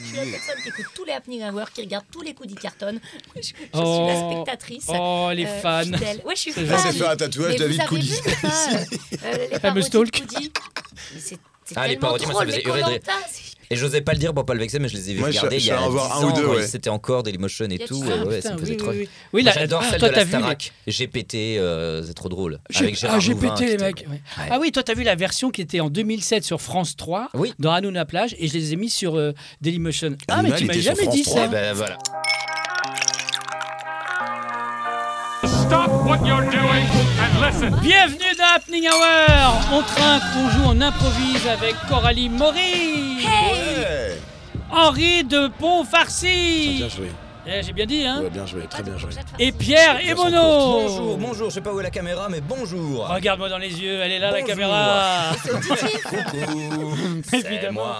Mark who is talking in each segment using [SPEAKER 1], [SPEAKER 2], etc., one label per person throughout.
[SPEAKER 1] Je suis la personne qui écoute tous les Happening Hour, qui regarde tous les coups d'e-carton. Je, je
[SPEAKER 2] Oh.
[SPEAKER 1] suis la spectatrice.
[SPEAKER 2] Oh, les
[SPEAKER 1] euh,
[SPEAKER 2] fans.
[SPEAKER 1] fidèle. Ouais, je suis
[SPEAKER 2] C'est
[SPEAKER 1] fan. Mais
[SPEAKER 2] gentil. Elle
[SPEAKER 3] s'est fait un tatouage
[SPEAKER 1] vous
[SPEAKER 3] David
[SPEAKER 1] avez
[SPEAKER 3] Cooley.
[SPEAKER 1] vu ou pas, euh, les
[SPEAKER 2] fameuse
[SPEAKER 1] parodies de
[SPEAKER 2] talk.
[SPEAKER 1] Cooley Mais C'est c'est
[SPEAKER 4] Ah, les
[SPEAKER 1] tellement
[SPEAKER 4] parodies, moi, ça
[SPEAKER 1] drôle,
[SPEAKER 4] me faisait
[SPEAKER 1] mais
[SPEAKER 4] hurler de rire.
[SPEAKER 1] Koh-Lanta, c'est-
[SPEAKER 4] Et j'osais pas le dire pour pas le vexer, mais je les ai
[SPEAKER 3] Moi, je-
[SPEAKER 4] regardés
[SPEAKER 3] je
[SPEAKER 4] il y a
[SPEAKER 3] vais en voir
[SPEAKER 4] 10
[SPEAKER 3] un ou
[SPEAKER 4] ans,
[SPEAKER 3] deux,
[SPEAKER 4] quand
[SPEAKER 3] ouais.
[SPEAKER 4] ils- C'était encore Dailymotion et
[SPEAKER 1] Y a
[SPEAKER 4] tout.
[SPEAKER 1] du
[SPEAKER 4] ouais,
[SPEAKER 1] sang,
[SPEAKER 4] ouais,
[SPEAKER 2] Ah, putain,
[SPEAKER 4] ça me faisait
[SPEAKER 2] oui,
[SPEAKER 4] trop.
[SPEAKER 2] oui,
[SPEAKER 4] rire.
[SPEAKER 2] oui. Oui,
[SPEAKER 4] Moi,
[SPEAKER 2] la-
[SPEAKER 4] J'adore
[SPEAKER 2] ah,
[SPEAKER 4] celle
[SPEAKER 2] toi,
[SPEAKER 4] de
[SPEAKER 2] t'as
[SPEAKER 4] la
[SPEAKER 2] vu les-
[SPEAKER 4] Starac. GPT, euh, c'est trop drôle.
[SPEAKER 2] J'ai-
[SPEAKER 4] Avec Gérard
[SPEAKER 2] ah, j'ai
[SPEAKER 4] Louvain,
[SPEAKER 2] pété les
[SPEAKER 4] putain.
[SPEAKER 2] mecs. ouais. Ah oui, toi, t'as vu la version qui était en 2007 sur France 3,
[SPEAKER 4] Ah Oui.
[SPEAKER 2] dans Hanouna Plage, et je les ai mis sur euh, Dailymotion. Ah, mais
[SPEAKER 3] Hanouna,
[SPEAKER 2] tu
[SPEAKER 3] il
[SPEAKER 2] m'as
[SPEAKER 3] était sur
[SPEAKER 2] jamais
[SPEAKER 3] France
[SPEAKER 2] dit
[SPEAKER 3] 3.
[SPEAKER 2] ça.
[SPEAKER 4] Eh ben voilà.
[SPEAKER 5] Stop what you're doing and
[SPEAKER 4] ben.
[SPEAKER 5] listen.
[SPEAKER 2] Bienvenue dans Happening Hour On trinque, on joue, on improvise avec Coralie Maury,
[SPEAKER 3] Ouais.
[SPEAKER 2] Henri de
[SPEAKER 3] Tiens,
[SPEAKER 2] Pont-Farcy
[SPEAKER 3] Bien joué.
[SPEAKER 2] Eh, J'ai bien dit, hein
[SPEAKER 3] Ouais, bien joué, très
[SPEAKER 1] Ah,
[SPEAKER 3] bien joué.
[SPEAKER 2] Et Pierre
[SPEAKER 3] Elles sont
[SPEAKER 2] Ebono
[SPEAKER 4] Bonjour, bonjour, je sais pas où est la caméra, mais bonjour.
[SPEAKER 2] Regarde-moi dans les yeux, elle est là
[SPEAKER 4] Bonjour.
[SPEAKER 2] la caméra
[SPEAKER 4] Coucou, c'est
[SPEAKER 2] Évidemment.
[SPEAKER 4] moi.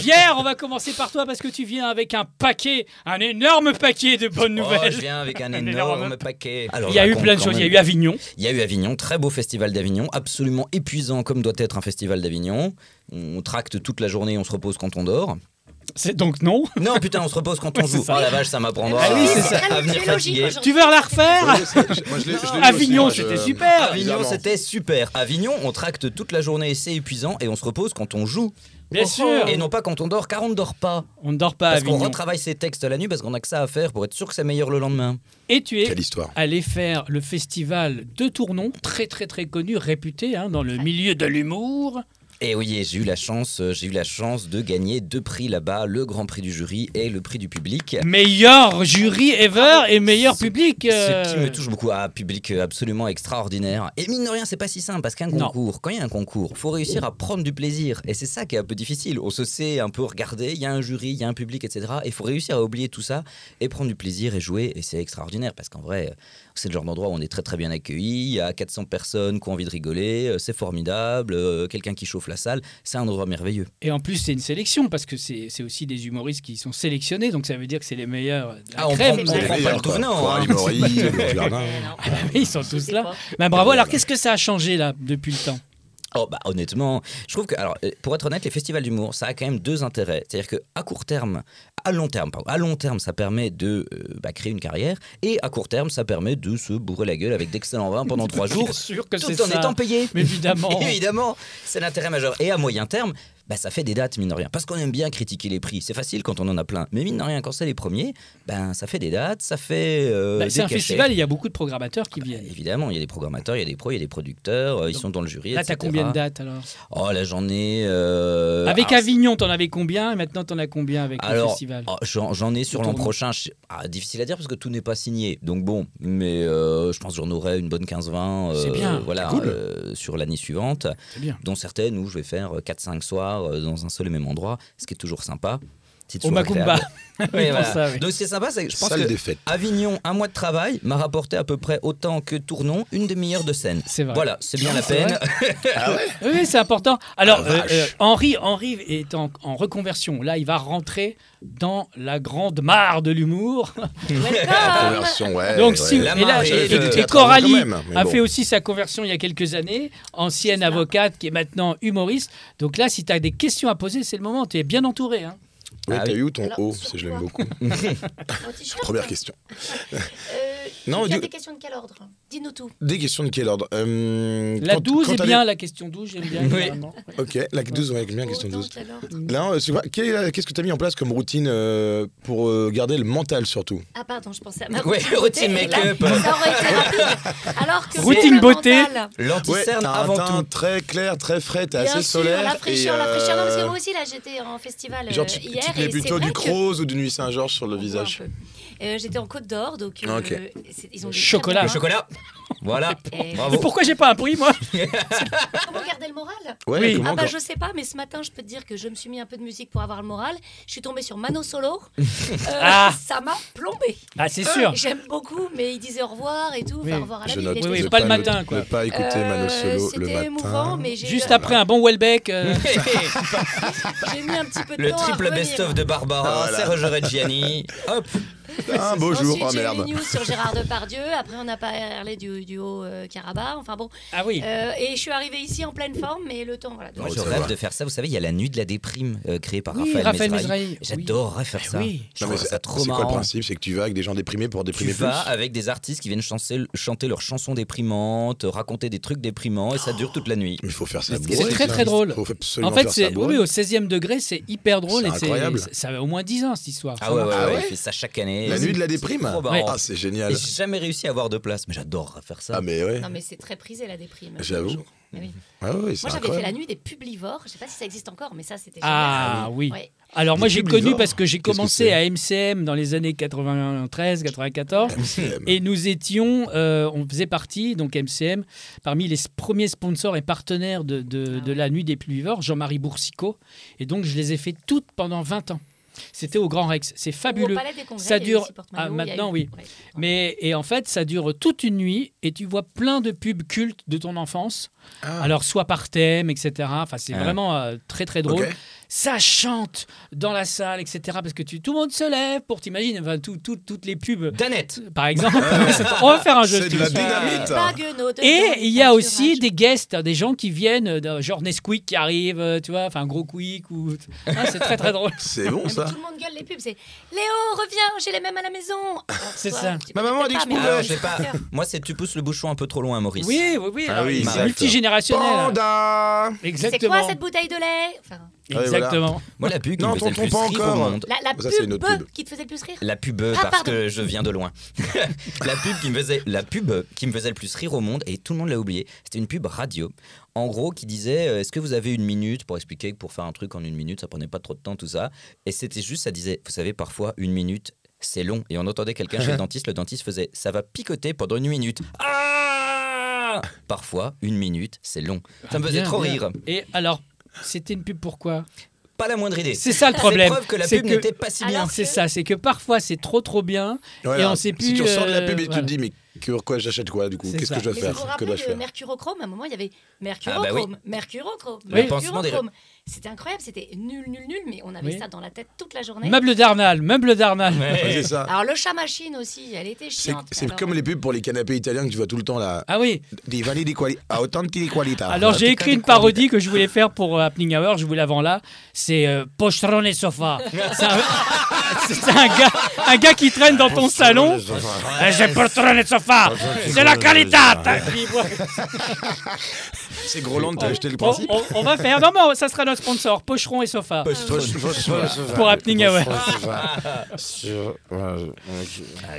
[SPEAKER 2] Pierre, on va commencer par toi parce que tu viens avec un paquet, un énorme paquet de bonnes
[SPEAKER 4] Oh,
[SPEAKER 2] nouvelles.
[SPEAKER 4] je viens avec un
[SPEAKER 2] Un
[SPEAKER 4] énorme,
[SPEAKER 2] énorme
[SPEAKER 4] paquet. Alors,
[SPEAKER 2] Il y a
[SPEAKER 4] je
[SPEAKER 2] eu
[SPEAKER 4] raconte
[SPEAKER 2] plein de
[SPEAKER 4] quand
[SPEAKER 2] choses, il y a
[SPEAKER 4] même.
[SPEAKER 2] eu Avignon.
[SPEAKER 4] Il y a eu Avignon, très beau festival d'Avignon, absolument épuisant comme doit être un festival d'Avignon. On tracte toute la journée, on se repose quand on dort.
[SPEAKER 2] C'est donc non.
[SPEAKER 4] Non, putain, on se repose quand on
[SPEAKER 2] Ouais, c'est
[SPEAKER 4] joue.
[SPEAKER 2] ça.
[SPEAKER 4] Oh la vache, ça m'apprendra
[SPEAKER 2] Ah oui, c'est
[SPEAKER 4] à-
[SPEAKER 2] ça.
[SPEAKER 4] à venir
[SPEAKER 1] C'est logique
[SPEAKER 4] fatigué.
[SPEAKER 1] aujourd'hui. Ah,
[SPEAKER 2] Tu veux la refaire
[SPEAKER 3] Ouais, c'est- moi, je l'ai- je l'ai vu aussi,
[SPEAKER 2] Avignon,
[SPEAKER 3] moi, je- Ah,
[SPEAKER 2] c'était super.
[SPEAKER 4] Avignon, c'était super. Avignon, on tracte toute la journée, c'est épuisant et on se repose quand on joue. Oh,
[SPEAKER 2] Bien sûr.
[SPEAKER 4] Et non pas quand on dort, car on ne dort pas.
[SPEAKER 2] On ne dort pas à
[SPEAKER 4] Parce qu'on
[SPEAKER 2] Avignon.
[SPEAKER 4] retravaille ses textes la nuit parce qu'on a que ça à faire pour être sûr que c'est meilleur le lendemain.
[SPEAKER 2] Et tu es
[SPEAKER 3] Quelle histoire.
[SPEAKER 2] allé faire le festival de Tournon, très très très connu, réputé hein, dans le milieu de l'humour.
[SPEAKER 4] Et oui, et j'ai eu la chance, euh, j'ai eu la chance de gagner deux prix là-bas, le grand prix du jury et le prix du public.
[SPEAKER 2] Meilleur jury ever et meilleur
[SPEAKER 4] Ce-
[SPEAKER 2] public. euh,
[SPEAKER 4] Ce Ah qui me touche beaucoup à un public euh, absolument extraordinaire. Et mine de rien, c'est pas si simple parce qu'un
[SPEAKER 2] Non.
[SPEAKER 4] concours, quand il y a un concours, faut réussir à prendre du plaisir. Et c'est ça qui est un peu difficile. On se sait un peu regarder, il y a un jury, il y a un public, etc. Et faut réussir à oublier tout ça et prendre du plaisir et jouer. Et c'est extraordinaire parce qu'en vrai, c'est le genre d'endroit où on est très très bien accueilli. Il y a 400 personnes qui ont envie de rigoler, euh, c'est formidable. euh, Quelqu'un qui chauffe la salle, c'est un endroit merveilleux.
[SPEAKER 2] Et en plus, c'est une sélection parce que c'est c'est aussi des humoristes qui sont sélectionnés, donc ça veut dire que c'est les meilleurs. de la
[SPEAKER 4] Ah, on
[SPEAKER 2] crème.
[SPEAKER 4] prend- on
[SPEAKER 2] Ah,
[SPEAKER 4] prend-
[SPEAKER 2] bah
[SPEAKER 4] pas le tout venant,
[SPEAKER 3] Coralie
[SPEAKER 4] hein.
[SPEAKER 3] Maury, Laurent
[SPEAKER 4] Ah,
[SPEAKER 3] Gardin.
[SPEAKER 2] oui, ils sont tous là. Bah, bravo. Alors, qu'est-ce que ça a changé là depuis le temps
[SPEAKER 4] Oh bah honnêtement, je trouve que alors euh, pour être honnête, les festivals d'humour, ça a quand même deux intérêts. C'est-à-dire que à court terme, à long terme, pardon, à long terme, ça permet de euh, bah, créer une carrière et à court terme, ça permet de se bourrer la gueule avec d'excellents vins pendant trois jours,
[SPEAKER 2] Bien sûr que
[SPEAKER 4] tout
[SPEAKER 2] c'est
[SPEAKER 4] en
[SPEAKER 2] ça.
[SPEAKER 4] étant payé.
[SPEAKER 2] Mais évidemment.
[SPEAKER 4] Évidemment, c'est l'intérêt majeur. Et à moyen terme, bah, ça fait des dates, mine de rien. Parce qu'on aime bien critiquer les prix. C'est facile quand on en a plein. Mais mine de rien, quand c'est les premiers, ben, ça fait des dates, ça fait. euh,
[SPEAKER 2] Bah,
[SPEAKER 4] des
[SPEAKER 2] c'est un
[SPEAKER 4] cachets.
[SPEAKER 2] festival, il y a beaucoup de programmateurs qui viennent.
[SPEAKER 4] Évidemment, il y a des programmateurs, il y a des pros, il y a des producteurs, euh, ils
[SPEAKER 2] Donc,
[SPEAKER 4] sont dans le jury.
[SPEAKER 2] Là, t'as
[SPEAKER 4] etc.
[SPEAKER 2] combien de dates alors
[SPEAKER 4] Oh, la journée. euh,
[SPEAKER 2] Avec
[SPEAKER 4] ah,
[SPEAKER 2] Avignon, t'en avais combien Et maintenant, t'en as combien avec le
[SPEAKER 4] alors,
[SPEAKER 2] festival
[SPEAKER 4] oh, j'en j'en ai sur l'an
[SPEAKER 2] Tournoi.
[SPEAKER 4] prochain. je- ah, difficile à dire parce que tout n'est pas signé. Donc bon, mais euh, je pense que j'en aurai une bonne 15-20
[SPEAKER 2] C'est
[SPEAKER 4] euh,
[SPEAKER 2] bien,
[SPEAKER 4] voilà,
[SPEAKER 2] cool.
[SPEAKER 4] euh, sur l'année suivante,
[SPEAKER 2] C'est bien.
[SPEAKER 4] dont certaines où je vais faire euh, 4-5 soirs euh, dans un seul et même endroit, ce qui est toujours sympa. C'est
[SPEAKER 2] Au
[SPEAKER 4] toujours
[SPEAKER 2] Macumba.
[SPEAKER 4] agréable.
[SPEAKER 2] Oui,
[SPEAKER 4] Oui,
[SPEAKER 2] pour
[SPEAKER 4] voilà.
[SPEAKER 2] ça, oui.
[SPEAKER 4] Donc ce qui est sympa, c'est que je pense
[SPEAKER 3] Salle
[SPEAKER 4] que
[SPEAKER 3] des fêtes.
[SPEAKER 4] Avignon, un mois de travail, m'a rapporté à peu près autant que Tournon, une demi-heure de scène.
[SPEAKER 2] C'est vrai.
[SPEAKER 4] Voilà, c'est bien la
[SPEAKER 2] C'est
[SPEAKER 4] peine.
[SPEAKER 2] vrai. Oui, c'est important. Alors,
[SPEAKER 3] Ah,
[SPEAKER 2] euh,
[SPEAKER 3] vache.
[SPEAKER 2] euh, Henri, Henri est en, en reconversion. Là, il va rentrer dans la grande mare de l'humour.
[SPEAKER 4] Ah,
[SPEAKER 1] Welcome.
[SPEAKER 3] Conversion, ouais.
[SPEAKER 2] Donc,
[SPEAKER 3] ouais.
[SPEAKER 2] si,
[SPEAKER 4] Eh la
[SPEAKER 2] et,
[SPEAKER 4] mare
[SPEAKER 2] là,
[SPEAKER 4] et
[SPEAKER 2] et-
[SPEAKER 4] le
[SPEAKER 2] et
[SPEAKER 3] théâtre
[SPEAKER 2] Coralie
[SPEAKER 3] avant quand
[SPEAKER 4] hein,
[SPEAKER 3] même, mais
[SPEAKER 2] a
[SPEAKER 3] bon.
[SPEAKER 2] fait aussi sa conversion il y a quelques années, ancienne avocate qui est maintenant humoriste. Donc là, si tu as des questions à poser, c'est le moment. Tu es bien entouré. hein.
[SPEAKER 3] Ouais,
[SPEAKER 4] Ah
[SPEAKER 3] t'as
[SPEAKER 4] oui.
[SPEAKER 3] eu où ton
[SPEAKER 1] Alors,
[SPEAKER 3] haut
[SPEAKER 1] sur
[SPEAKER 3] Si je l'aime
[SPEAKER 1] quoi
[SPEAKER 3] beaucoup.
[SPEAKER 1] Mon t-shirt.
[SPEAKER 3] Première question.
[SPEAKER 1] Euh,
[SPEAKER 3] Non,
[SPEAKER 1] non,
[SPEAKER 3] du-
[SPEAKER 1] des questions de quel ordre Dis-nous tout.
[SPEAKER 3] Des questions de quel ordre Euh,
[SPEAKER 2] La
[SPEAKER 3] quand-
[SPEAKER 2] 12
[SPEAKER 3] quand
[SPEAKER 4] eh
[SPEAKER 3] Ah
[SPEAKER 2] est
[SPEAKER 3] t'as
[SPEAKER 2] bien, la question 12, j'aime bien.
[SPEAKER 4] Oui.
[SPEAKER 2] généralement.
[SPEAKER 3] des- Ok, la 12, ouais, bien, question
[SPEAKER 1] Autant
[SPEAKER 3] 12.
[SPEAKER 1] quel ordre
[SPEAKER 3] Là, euh, c'est quoi Quelle est la- Qu'est-ce que tu as mis en place comme routine euh, pour euh, garder le mental surtout
[SPEAKER 1] Ah pardon, je pensais à ma
[SPEAKER 4] Ouais, routine
[SPEAKER 1] beauté, et là,
[SPEAKER 4] make-up.
[SPEAKER 1] Ça aurait été rapide. Alors que
[SPEAKER 2] Routine
[SPEAKER 1] le
[SPEAKER 2] beauté.
[SPEAKER 1] mental,
[SPEAKER 4] L'anti-cerne
[SPEAKER 3] t'as un
[SPEAKER 4] avant
[SPEAKER 3] teint
[SPEAKER 4] tout.
[SPEAKER 3] très clair, très frais, t'es
[SPEAKER 1] Bien
[SPEAKER 3] assez
[SPEAKER 1] sûr,
[SPEAKER 3] solaire.
[SPEAKER 1] la
[SPEAKER 3] et,
[SPEAKER 1] fraîcheur, la fraîcheur. Non, parce que
[SPEAKER 3] euh,
[SPEAKER 1] moi aussi, là, j'étais en festival euh,
[SPEAKER 3] Genre, tu, tu
[SPEAKER 1] hier.
[SPEAKER 3] te
[SPEAKER 1] et
[SPEAKER 3] mets
[SPEAKER 1] c'est
[SPEAKER 3] plutôt
[SPEAKER 1] vrai
[SPEAKER 3] du
[SPEAKER 1] que-
[SPEAKER 3] Croze ou du Nuit Saint-Georges sur le
[SPEAKER 1] On voit
[SPEAKER 3] visage
[SPEAKER 1] un peu. Euh, j'étais en Côte d'Or, donc euh,
[SPEAKER 3] Ok.
[SPEAKER 1] c'est- ils ont des
[SPEAKER 2] Chocolat.
[SPEAKER 4] Le
[SPEAKER 1] très bons
[SPEAKER 4] chocolat. Voilà.
[SPEAKER 1] Et-
[SPEAKER 2] Mais
[SPEAKER 4] Bravo.
[SPEAKER 2] pourquoi j'ai pas un prix, moi
[SPEAKER 1] vins. Comment garder le moral
[SPEAKER 3] Ouais,
[SPEAKER 2] Oui.
[SPEAKER 3] comment
[SPEAKER 1] Ah bah
[SPEAKER 3] quand-
[SPEAKER 1] je sais pas, mais ce matin je peux te dire que je me suis mis un peu de musique pour avoir le moral. Je suis tombée sur Mano Solo. Euh,
[SPEAKER 2] Ah.
[SPEAKER 1] Ça m'a plombé.
[SPEAKER 2] Ah, c'est sûr.
[SPEAKER 1] J'aime beaucoup, mais il disait au revoir et tout.
[SPEAKER 2] Oui.
[SPEAKER 1] Enfin, au revoir à la
[SPEAKER 3] Je
[SPEAKER 1] vie.
[SPEAKER 3] note
[SPEAKER 1] il
[SPEAKER 2] Oui,
[SPEAKER 1] était
[SPEAKER 2] oui,
[SPEAKER 3] de
[SPEAKER 1] tout-
[SPEAKER 2] pas le
[SPEAKER 3] ne-
[SPEAKER 2] matin, quoi.
[SPEAKER 3] Ne pas écouter
[SPEAKER 1] Euh,
[SPEAKER 3] Mano Solo le
[SPEAKER 1] C'était
[SPEAKER 3] matin.
[SPEAKER 1] émouvant, mais j'ai
[SPEAKER 2] Juste après un bon Welbeck. euh,
[SPEAKER 1] j'ai mis un petit peu de
[SPEAKER 4] Le
[SPEAKER 1] temps à
[SPEAKER 4] triple
[SPEAKER 1] revenir.
[SPEAKER 4] best-of de Barbara,
[SPEAKER 3] Ah, Voilà. Oh,
[SPEAKER 4] Serge Reggiani. Hop,
[SPEAKER 3] Un beau jour.
[SPEAKER 1] Ensuite,
[SPEAKER 3] Oh
[SPEAKER 1] j'ai eu
[SPEAKER 3] merde.
[SPEAKER 1] une news sur Gérard Depardieu. Après, on a parlé du, du haut euh, Karabakh. Enfin bon.
[SPEAKER 2] Ah oui.
[SPEAKER 1] Euh, et je suis arrivée ici en pleine forme, mais le temps, voilà.
[SPEAKER 4] Moi,
[SPEAKER 3] Non,
[SPEAKER 4] je
[SPEAKER 3] ça
[SPEAKER 4] rêve
[SPEAKER 3] va.
[SPEAKER 4] de faire ça. Vous savez, il y a la nuit de la déprime euh, créée par
[SPEAKER 2] Oui,
[SPEAKER 4] Raphaël,
[SPEAKER 2] Raphaël
[SPEAKER 4] Mesrahi.
[SPEAKER 2] Mesrahi.
[SPEAKER 4] J'adorerais faire
[SPEAKER 2] Eh
[SPEAKER 4] ça.
[SPEAKER 2] oui.
[SPEAKER 4] Je
[SPEAKER 3] Non, mais
[SPEAKER 4] trouve ça
[SPEAKER 3] c'est
[SPEAKER 4] trop
[SPEAKER 3] c'est quoi le
[SPEAKER 4] marrant.
[SPEAKER 3] principe C'est que tu vas avec des gens déprimés pour
[SPEAKER 4] Tu
[SPEAKER 3] déprimer plus.
[SPEAKER 4] vas avec des artistes qui viennent chanter, chanter leurs chansons déprimantes, raconter des trucs déprimants, et ça dure toute la nuit.
[SPEAKER 3] Mais il faut faire ça.
[SPEAKER 4] C'est
[SPEAKER 3] bourré,
[SPEAKER 2] très,
[SPEAKER 3] ça.
[SPEAKER 2] très drôle.
[SPEAKER 3] Faut absolument
[SPEAKER 2] En fait,
[SPEAKER 3] faire ça
[SPEAKER 2] c'est oui,
[SPEAKER 3] bourré.
[SPEAKER 2] oui, au 16e degré, c'est hyper drôle.
[SPEAKER 3] C'est
[SPEAKER 2] et c'est-
[SPEAKER 3] incroyable.
[SPEAKER 2] c'est- Ça a au moins 10 ans, cette histoire.
[SPEAKER 4] Ah ouais, ouais,
[SPEAKER 3] Ah
[SPEAKER 4] ouais,
[SPEAKER 3] ouais
[SPEAKER 4] il fait ça chaque année.
[SPEAKER 3] La
[SPEAKER 4] C'est-
[SPEAKER 3] nuit de la
[SPEAKER 4] c'est
[SPEAKER 3] déprime.
[SPEAKER 4] trop marrant.
[SPEAKER 3] Ah, c'est génial.
[SPEAKER 4] Et j'ai jamais réussi à avoir de place, mais j'adore faire ça.
[SPEAKER 3] Ah mais ouais.
[SPEAKER 1] Non, mais c'est très prisé la déprime.
[SPEAKER 3] J'avoue.
[SPEAKER 1] Mais oui.
[SPEAKER 3] Ah oui, c'est
[SPEAKER 1] Moi, j'avais fait la
[SPEAKER 3] incroyable.
[SPEAKER 1] nuit des publivores. Je sais pas si ça existe encore, mais ça, c'était.
[SPEAKER 2] Ah
[SPEAKER 1] génial.
[SPEAKER 2] oui.
[SPEAKER 1] Ouais.
[SPEAKER 2] Alors moi
[SPEAKER 3] Des
[SPEAKER 2] j'ai
[SPEAKER 3] publivores.
[SPEAKER 2] connu parce que j'ai
[SPEAKER 3] Qu'est-ce que
[SPEAKER 2] commencé
[SPEAKER 3] c'est
[SPEAKER 2] à MCM dans les années 93, 94
[SPEAKER 3] MCM.
[SPEAKER 2] et nous étions, euh, on faisait partie donc MCM parmi les s- premiers sponsors et partenaires de, de-
[SPEAKER 1] Ah
[SPEAKER 2] de
[SPEAKER 1] ouais.
[SPEAKER 2] la Nuit des Pluveurs, Jean-Marie Boursicot et donc je les ai fait toutes pendant 20 ans. C'était au Grand Rex, c'est
[SPEAKER 1] Ou au
[SPEAKER 2] fabuleux.
[SPEAKER 1] Palais des Congrès,
[SPEAKER 2] Ça
[SPEAKER 1] il y a eu
[SPEAKER 2] dure-
[SPEAKER 1] aussi Porte-Maillot,
[SPEAKER 2] Ah,
[SPEAKER 1] il y a
[SPEAKER 2] maintenant,
[SPEAKER 1] eu-
[SPEAKER 2] oui.
[SPEAKER 1] Ouais.
[SPEAKER 2] Mais et en fait ça dure toute une nuit et tu vois plein de pubs cultes de ton enfance.
[SPEAKER 3] Ah.
[SPEAKER 2] Alors soit par thème etc. Enfin c'est
[SPEAKER 4] Ah.
[SPEAKER 2] vraiment euh, très très drôle.
[SPEAKER 3] Ok.
[SPEAKER 2] ça chante dans la salle, etc. Parce que tu, tout le monde se lève pour t'imaginer, enfin, tout- tout- toutes les pubs,
[SPEAKER 4] Danette
[SPEAKER 2] par exemple. On va faire un jeu.
[SPEAKER 3] Ah C'est
[SPEAKER 2] si tu
[SPEAKER 3] de la
[SPEAKER 2] veux.
[SPEAKER 3] dynamite.
[SPEAKER 1] Baguenaud, dedans,
[SPEAKER 2] Et il y a
[SPEAKER 1] peinturage.
[SPEAKER 2] aussi des guests, des gens qui viennent, euh, genre Nesquik qui arrive, euh, tu vois, enfin gros quick ou. Ah, c'est très très drôle.
[SPEAKER 3] C'est bon
[SPEAKER 1] Ah, Mais
[SPEAKER 3] ça.
[SPEAKER 1] Tout le monde gueule les pubs. C'est Léo, reviens, j'ai les mêmes à la maison. Alors,
[SPEAKER 2] C'est
[SPEAKER 1] toi,
[SPEAKER 2] ça. Ah,
[SPEAKER 1] tu
[SPEAKER 3] Ma
[SPEAKER 1] peux
[SPEAKER 3] maman a dit
[SPEAKER 1] peut-être
[SPEAKER 3] que je
[SPEAKER 1] mais
[SPEAKER 3] pouvais.
[SPEAKER 1] alors,
[SPEAKER 4] Je sais pas. Moi, c'est tu pousses le bouchon un peu trop loin, Maurice.
[SPEAKER 2] Oui, oui, oui.
[SPEAKER 3] Ah
[SPEAKER 2] alors,
[SPEAKER 3] oui,
[SPEAKER 2] c'est
[SPEAKER 4] exact.
[SPEAKER 2] multigénérationnel.
[SPEAKER 3] Panda.
[SPEAKER 1] C'est
[SPEAKER 2] Exactement.
[SPEAKER 1] quoi cette bouteille de lait Enfin,
[SPEAKER 3] Ah oui, voilà.
[SPEAKER 2] Exactement.
[SPEAKER 4] Moi, la pub qui
[SPEAKER 3] Non,
[SPEAKER 4] me faisait le
[SPEAKER 3] tonton,
[SPEAKER 4] plus
[SPEAKER 3] pas
[SPEAKER 4] rire au
[SPEAKER 3] encore.
[SPEAKER 4] monde.
[SPEAKER 1] la, la
[SPEAKER 3] Ça, c'est une
[SPEAKER 1] pub,
[SPEAKER 3] autre pub.
[SPEAKER 1] qui te faisait le plus rire.
[SPEAKER 4] La pub
[SPEAKER 1] Ah,
[SPEAKER 4] parce
[SPEAKER 1] pardon.
[SPEAKER 4] que je viens de loin. la pub qui me faisait la pub qui me faisait le plus rire au monde et tout le monde l'a oublié. C'était une pub radio. En gros, qui disait euh, est-ce que vous avez une minute pour expliquer que pour faire un truc en une minute, ça prenait pas trop de temps tout ça. Et c'était juste ça disait vous savez parfois une minute c'est long et on entendait quelqu'un chez le dentiste. Le dentiste faisait ça va picoter pendant une minute. Ah Parfois une minute c'est long. Ça me faisait
[SPEAKER 2] Ah, Bien,
[SPEAKER 4] trop
[SPEAKER 2] bien.
[SPEAKER 4] rire.
[SPEAKER 2] Et alors, c'était une pub pourquoi
[SPEAKER 4] Pas la moindre idée.
[SPEAKER 2] C'est ça le problème.
[SPEAKER 4] preuve que la
[SPEAKER 2] C'est
[SPEAKER 4] pub
[SPEAKER 2] que-
[SPEAKER 4] n'était pas si bien.
[SPEAKER 1] Alors-
[SPEAKER 2] C'est ça, c'est que parfois c'est trop trop bien et
[SPEAKER 3] Voilà.
[SPEAKER 2] on sait plus.
[SPEAKER 3] Si tu ressors de la
[SPEAKER 2] euh,
[SPEAKER 3] pub et tu te
[SPEAKER 2] voilà.
[SPEAKER 3] dis mais que- quoi j'achète quoi du coup
[SPEAKER 2] C'est
[SPEAKER 3] Qu'est-ce
[SPEAKER 2] ça.
[SPEAKER 3] que je dois
[SPEAKER 1] Mais vous vous
[SPEAKER 3] faire Que dois-je
[SPEAKER 1] rappelez de
[SPEAKER 3] faire
[SPEAKER 1] Mercurochrome À un moment, il y avait
[SPEAKER 4] Ah bah
[SPEAKER 1] Mercurochrome, Mercurochrome,
[SPEAKER 2] Le
[SPEAKER 4] pansement des-
[SPEAKER 1] Mercurochrome. C'était incroyable, c'était nul, nul, nul, mais on avait
[SPEAKER 2] Oui.
[SPEAKER 1] ça dans la tête toute la journée.
[SPEAKER 2] Meuble d'Arnal, meuble d'Arnal.
[SPEAKER 3] Ouais, C'est ça.
[SPEAKER 1] Alors le chat machine aussi, elle était
[SPEAKER 3] C'est
[SPEAKER 1] chiante.
[SPEAKER 3] c'est
[SPEAKER 1] Alors,
[SPEAKER 3] comme les pubs pour les canapés italiens que tu vois tout le temps là.
[SPEAKER 2] Ah oui,
[SPEAKER 3] Des vanilles des quali- à autant de quali- qualità.
[SPEAKER 2] alors j'ai écrit une
[SPEAKER 4] des qualités.
[SPEAKER 2] parodie que je voulais faire pour euh, Happening Hour, je vous l'avais là, c'est euh, Pocheron et Sofa. C'est un, c'est un gars, un gars qui traîne dans ton salon. Eh, J'ai Pocheron et
[SPEAKER 4] Ah,
[SPEAKER 2] Sofa, c'est la qualité. t'as-
[SPEAKER 3] C'est Groland, t'as acheté le
[SPEAKER 2] On,
[SPEAKER 3] principe
[SPEAKER 2] on- on va faire, non mais ça sera notre sponsor, Pocheron et Sofa. Pour Happening Hour.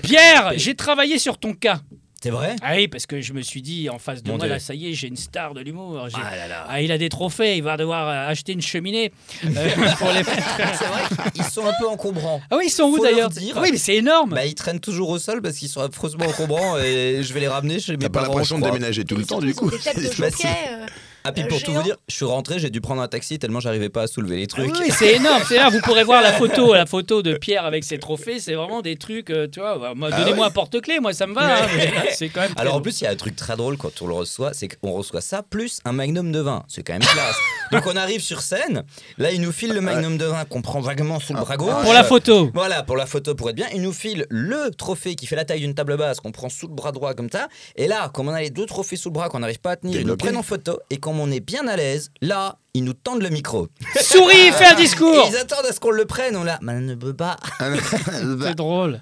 [SPEAKER 2] Pierre, j'ai travaillé sur ton cas.
[SPEAKER 4] C'est vrai
[SPEAKER 2] Ah oui, parce que je me suis dit, en face de
[SPEAKER 4] Mon
[SPEAKER 2] moi,
[SPEAKER 4] Dieu.
[SPEAKER 2] là, ça y est, j'ai une star de l'humour. J'ai-
[SPEAKER 4] Ah là là.
[SPEAKER 2] Ah, il a des trophées, il va devoir euh, acheter une cheminée euh, pour les mettre.
[SPEAKER 4] C'est vrai qu'ils sont un peu encombrants.
[SPEAKER 2] Ah oui, ils sont où
[SPEAKER 4] Faut leur
[SPEAKER 2] d'ailleurs
[SPEAKER 4] dire.
[SPEAKER 2] Ah Oui, mais c'est énorme.
[SPEAKER 4] Bah, ils traînent toujours au sol parce qu'ils sont affreusement encombrants et je vais les ramener chez mes
[SPEAKER 3] T'as pas
[SPEAKER 4] parents.
[SPEAKER 3] l'impression
[SPEAKER 4] je
[SPEAKER 3] de
[SPEAKER 4] crois.
[SPEAKER 3] déménager tout
[SPEAKER 1] surtout,
[SPEAKER 3] le temps du
[SPEAKER 1] ils ont
[SPEAKER 3] coup
[SPEAKER 1] des têtes de
[SPEAKER 4] Bah, si.
[SPEAKER 1] jockey, euh,
[SPEAKER 4] Ah, puis pour tout
[SPEAKER 1] Géant.
[SPEAKER 4] vous dire, je suis rentré, j'ai dû prendre un taxi tellement j'arrivais pas à soulever les
[SPEAKER 2] Ah
[SPEAKER 4] trucs.
[SPEAKER 2] oui, c'est énorme. C'est là, vous pourrez voir la photo, la photo de Pierre avec ses trophées. C'est vraiment des trucs, euh, tu vois. bah, moi,
[SPEAKER 4] Ah
[SPEAKER 2] Donnez-moi
[SPEAKER 4] ouais.
[SPEAKER 2] un porte-clé, moi, ça me va. hein, mais c'est quand même. très
[SPEAKER 4] Alors en
[SPEAKER 2] drôle.
[SPEAKER 4] plus, il y a un truc très drôle quand on le reçoit, c'est qu'on reçoit ça plus un magnum de vin. C'est quand même classe. Donc on arrive sur scène, là ils nous filent le magnum de vin qu'on prend vaguement sous le
[SPEAKER 3] Ah.
[SPEAKER 4] bras gauche.
[SPEAKER 2] pour la photo.
[SPEAKER 4] Voilà, pour la photo, pour être bien, il nous file le trophée qui fait la taille d'une table basse, qu'on prend sous le bras droit comme ça. Et là, comme on a les deux trophées sous le bras qu'on n'arrive pas à tenir, ils nous
[SPEAKER 3] Développé.
[SPEAKER 4] prennent en photo. Et comme on est bien à l'aise, là, ils nous tendent le micro.
[SPEAKER 2] Souris, fais un
[SPEAKER 4] Et
[SPEAKER 2] discours.
[SPEAKER 4] ils attendent à ce qu'on le prenne. On l'a. Mais ne peut pas.
[SPEAKER 2] C'est drôle.